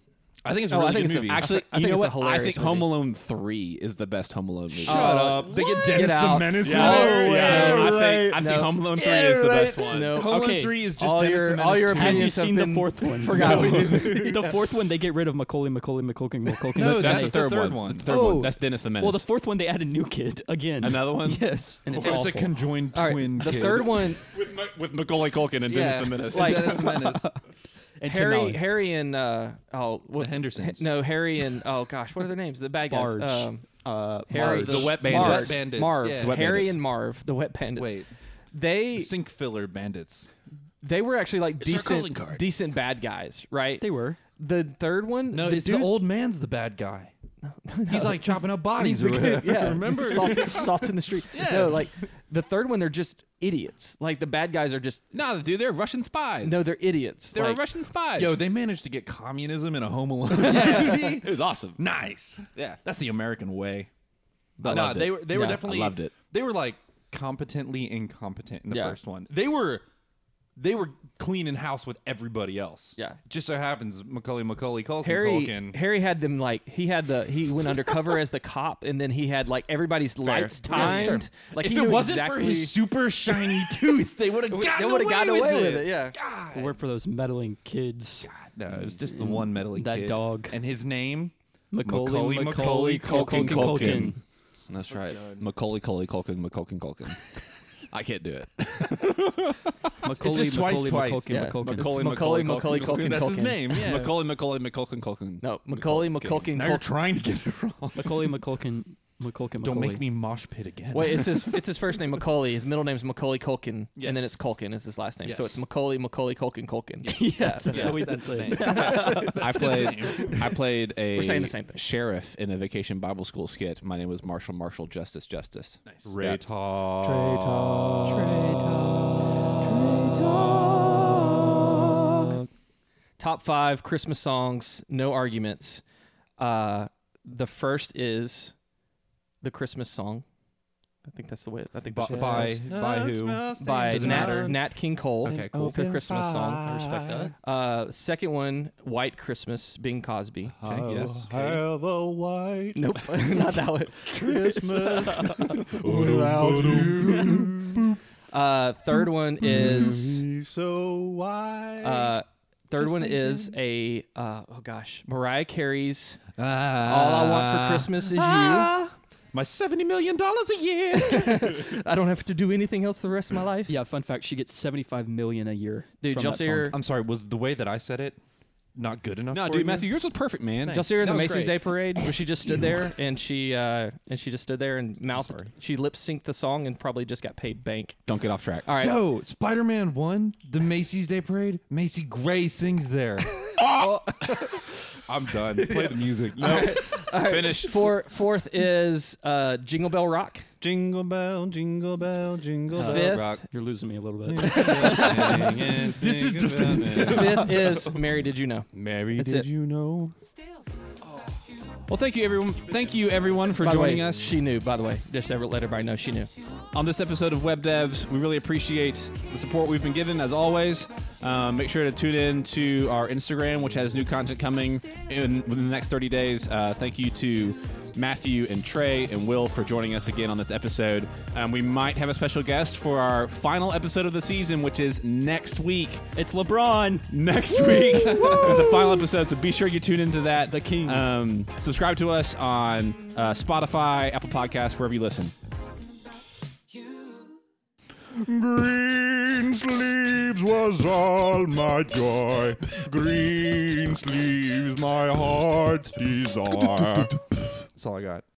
Speaker 2: I think it's
Speaker 4: a really good movie.
Speaker 2: Actually,
Speaker 4: I thi- I
Speaker 2: you
Speaker 4: think
Speaker 2: know
Speaker 4: it's a
Speaker 2: what? I
Speaker 4: hilarious
Speaker 2: think Home
Speaker 4: movie.
Speaker 2: Alone Three is the best Home Alone
Speaker 1: (laughs)
Speaker 2: movie.
Speaker 1: Shut up. They get Dennis
Speaker 4: Get out.
Speaker 1: the Menace
Speaker 2: Oh, Yeah.
Speaker 1: in there.
Speaker 4: No way.
Speaker 2: Yeah, I think I think
Speaker 4: No.
Speaker 2: Home Alone Three is the best one.
Speaker 4: No.
Speaker 1: Home Alone
Speaker 5: Okay.
Speaker 1: 3 is just
Speaker 4: all
Speaker 1: Dennis the
Speaker 4: your
Speaker 1: Menace
Speaker 4: all your
Speaker 1: too.
Speaker 5: Have you
Speaker 4: opinions
Speaker 5: seen the
Speaker 4: been-
Speaker 5: fourth one?
Speaker 4: Forgot.
Speaker 5: (laughs) the fourth one, they get rid of Macaulay, Macaulay, Macaulay, Macaulay.
Speaker 1: No,
Speaker 5: Macaulay.
Speaker 2: That's,
Speaker 1: That's
Speaker 2: the
Speaker 1: the
Speaker 2: third,
Speaker 1: third
Speaker 2: one.
Speaker 1: one.
Speaker 2: That's the third
Speaker 5: Oh.
Speaker 2: one. That's Dennis the Menace.
Speaker 5: Well, the fourth one, they add a new kid again.
Speaker 2: Another one?
Speaker 5: Yes, and it's
Speaker 1: But
Speaker 5: awful.
Speaker 1: it's a conjoined
Speaker 4: All right,
Speaker 1: twin. (laughs)
Speaker 4: the
Speaker 1: kid.
Speaker 4: third one.
Speaker 2: with, Ma- with Macaulay Culkin and
Speaker 4: yeah,
Speaker 2: Dennis the
Speaker 4: Like,
Speaker 2: Menace. (laughs)
Speaker 4: (laughs)
Speaker 5: and Tim
Speaker 4: Harry,
Speaker 5: Allen.
Speaker 4: Harry, and uh, oh, what's
Speaker 1: Hendersons.
Speaker 4: No, Harry and oh gosh, what are their names? The bad guys.
Speaker 5: Barge.
Speaker 4: Um,
Speaker 5: uh,
Speaker 4: Harry,
Speaker 1: Marv. The Wet
Speaker 4: Marv.
Speaker 1: Bandits. Wet Bandits,
Speaker 4: Marv,
Speaker 1: yeah.
Speaker 2: Wet
Speaker 4: Harry
Speaker 2: Bandits.
Speaker 4: and Marv, the wet bandits.
Speaker 1: Wait.
Speaker 4: they
Speaker 1: Sink filler bandits.
Speaker 4: they were actually like
Speaker 2: It's our calling
Speaker 4: decent,
Speaker 2: card.
Speaker 4: decent bad guys, right?
Speaker 5: They were.
Speaker 4: the third one.
Speaker 1: No,
Speaker 4: the
Speaker 1: it's
Speaker 4: dude-
Speaker 1: the old man's the bad guy. He's like chopping up bodies.
Speaker 4: He's the
Speaker 1: or
Speaker 4: kid,
Speaker 1: whatever.
Speaker 4: yeah.
Speaker 1: remember?
Speaker 4: Salt, salt's in the street. No, like the third one, they're just idiots. Like the bad guys are just
Speaker 2: no, dude, they're Russian spies.
Speaker 4: no, they're idiots.
Speaker 2: they were
Speaker 4: Like,
Speaker 2: Russian spies.
Speaker 1: Yo, they managed to get communism in a Home Alone movie.
Speaker 2: it was awesome.
Speaker 1: nice.
Speaker 2: Yeah.
Speaker 1: that's the American way.
Speaker 2: I
Speaker 1: no,
Speaker 2: loved it.
Speaker 1: they were they were
Speaker 2: Yeah, I
Speaker 1: definitely
Speaker 2: loved it.
Speaker 1: They were like competently incompetent in the
Speaker 4: Yeah.
Speaker 1: first one. They were they were cleaning house with everybody else.
Speaker 4: Yeah.
Speaker 1: just so happens Macaulay Macaulay Culkin.
Speaker 4: Harry
Speaker 1: Culkin.
Speaker 4: Harry had them like he had the he went undercover as the cop and then he had like everybody's lights timed. Like
Speaker 1: if
Speaker 4: he
Speaker 1: it
Speaker 4: knew
Speaker 1: wasn't
Speaker 4: exactly,
Speaker 1: for his super shiny tooth, they would have
Speaker 4: they
Speaker 1: gotten
Speaker 4: would
Speaker 1: away,
Speaker 4: have gotten away with it. Yeah.
Speaker 1: God.
Speaker 5: Word for those meddling kids.
Speaker 1: No, it was just the one meddling
Speaker 5: That
Speaker 1: kid.
Speaker 5: dog.
Speaker 1: and his name
Speaker 5: Macaulay,
Speaker 1: Macaulay,
Speaker 5: Macaulay, Culkin,
Speaker 1: Culkin, Culkin.
Speaker 5: Culkin.
Speaker 2: That's right. Macaulay Culkin Culkin Macaulay Culkin. (laughs) I can't do it.
Speaker 5: Macaulay,
Speaker 1: just twice,
Speaker 5: Macaulay,
Speaker 1: twice.
Speaker 5: Macaulkin,
Speaker 4: Yeah.
Speaker 5: Macaulay.
Speaker 4: Macaulay, Macaulay, Macaulay, Culkin,
Speaker 1: That's his
Speaker 4: Culkin.
Speaker 1: name.
Speaker 4: (laughs)
Speaker 1: Yeah.
Speaker 2: Macaulay Macaulay Macaulay Culkin.
Speaker 4: No, Macaulay McCulkin.
Speaker 1: Now you're trying to get it wrong.
Speaker 5: Macaulay, McCulkin, McCulkin.
Speaker 1: Don't
Speaker 5: McCauley. (laughs)
Speaker 1: make me mosh pit again.
Speaker 4: Wait, it's his it's his first name Macaulay. His middle name's Macaulay Culkin, and then
Speaker 2: Yes.
Speaker 4: it's Culkin is his last name. So
Speaker 1: Yes.
Speaker 4: it's Macaulay Macaulay Culkin Culkin.
Speaker 5: yes, that's
Speaker 2: yeah,
Speaker 5: what we've been
Speaker 2: that's the
Speaker 5: saying.
Speaker 2: I played. I played a
Speaker 4: We're saying the same thing.
Speaker 2: sheriff in a Vacation Bible School skit. My name was Marshall Marshall Justice Justice. Nice.
Speaker 1: Ray Todd.
Speaker 4: Top five Christmas songs, no arguments. Uh, the first is the Christmas song. I think that's the way. I think
Speaker 1: By,
Speaker 4: that's the
Speaker 1: by, by who?
Speaker 4: by
Speaker 1: Doesn't matter.
Speaker 4: Nat, Nat King Cole.
Speaker 1: Okay, cool.
Speaker 4: For Christmas song.
Speaker 1: I respect that.
Speaker 4: Uh, second one, White Christmas, Bing Cosby.
Speaker 1: Okay, yes.
Speaker 6: Have a white
Speaker 4: Nope, (laughs) not that one.
Speaker 6: Christmas without you.
Speaker 4: (laughs) Uh, third one
Speaker 1: Mm-hmm.
Speaker 4: is
Speaker 6: Be so white.
Speaker 4: uh, third one is a uh, oh gosh, Mariah Carey's
Speaker 1: Ah.
Speaker 4: "All I Want
Speaker 2: Uh,
Speaker 4: for Christmas Is You."
Speaker 2: Ah!
Speaker 1: My seventy million dollars a year.
Speaker 4: I don't have to do anything else the rest of my life.
Speaker 5: Yeah, fun fact: she gets seventy-five million a year.
Speaker 4: Dude,
Speaker 5: from
Speaker 4: just
Speaker 5: that
Speaker 4: so you're-
Speaker 5: song.
Speaker 1: (laughs) I'm sorry. Was the way that I said it not good enough?
Speaker 2: No,
Speaker 1: for
Speaker 2: dude,
Speaker 1: you?
Speaker 2: Matthew, yours was perfect, man.
Speaker 4: Just see her in the
Speaker 2: That was
Speaker 4: Macy's
Speaker 2: great.
Speaker 4: Day Parade, where she just stood there and she uh, and she just stood there and mouthed. She lip synced the song and probably just got paid bank.
Speaker 2: Don't get off track.
Speaker 4: All right.
Speaker 1: Yo, Spider Man 1, the Macy's Day Parade, Macy Gray sings there. Oh. (laughs)
Speaker 2: I'm done. Play the music. No. Finish.
Speaker 4: Four, fourth is uh, Jingle Bell
Speaker 2: (laughs)
Speaker 4: Rock.
Speaker 2: Jingle bell, jingle bell, jingle bell.
Speaker 4: Fifth,
Speaker 1: (laughs)
Speaker 2: rock.
Speaker 5: You're losing me a little bit.
Speaker 2: this is definitive.
Speaker 4: fifth is Mary. Did you know?
Speaker 2: Mary,
Speaker 4: That's it.
Speaker 2: did you know?
Speaker 3: Oh.
Speaker 2: Well, thank you everyone. Thank you everyone for
Speaker 4: By the
Speaker 2: joining
Speaker 4: way,
Speaker 2: us.
Speaker 4: she knew. By the way, just ever let everybody know she knew.
Speaker 2: on this episode of Web Devs. We really appreciate the support we've been given, as always. Um, make sure to tune in to our Instagram, which has new content coming in within the next 30 days. Uh, thank you to Matthew and Trey and Will for joining us again on this episode. Um, we might have a special guest for our final episode of the season, which is next week.
Speaker 5: it's LeBron.
Speaker 2: Next week (laughs) is a final episode, so be sure you tune into that. The
Speaker 5: king.
Speaker 2: Um, subscribe to us on uh, Spotify, Apple Podcasts, wherever you listen.
Speaker 6: Green sleeves was all my joy. Green sleeves, my heart's desire.
Speaker 1: That's all I got.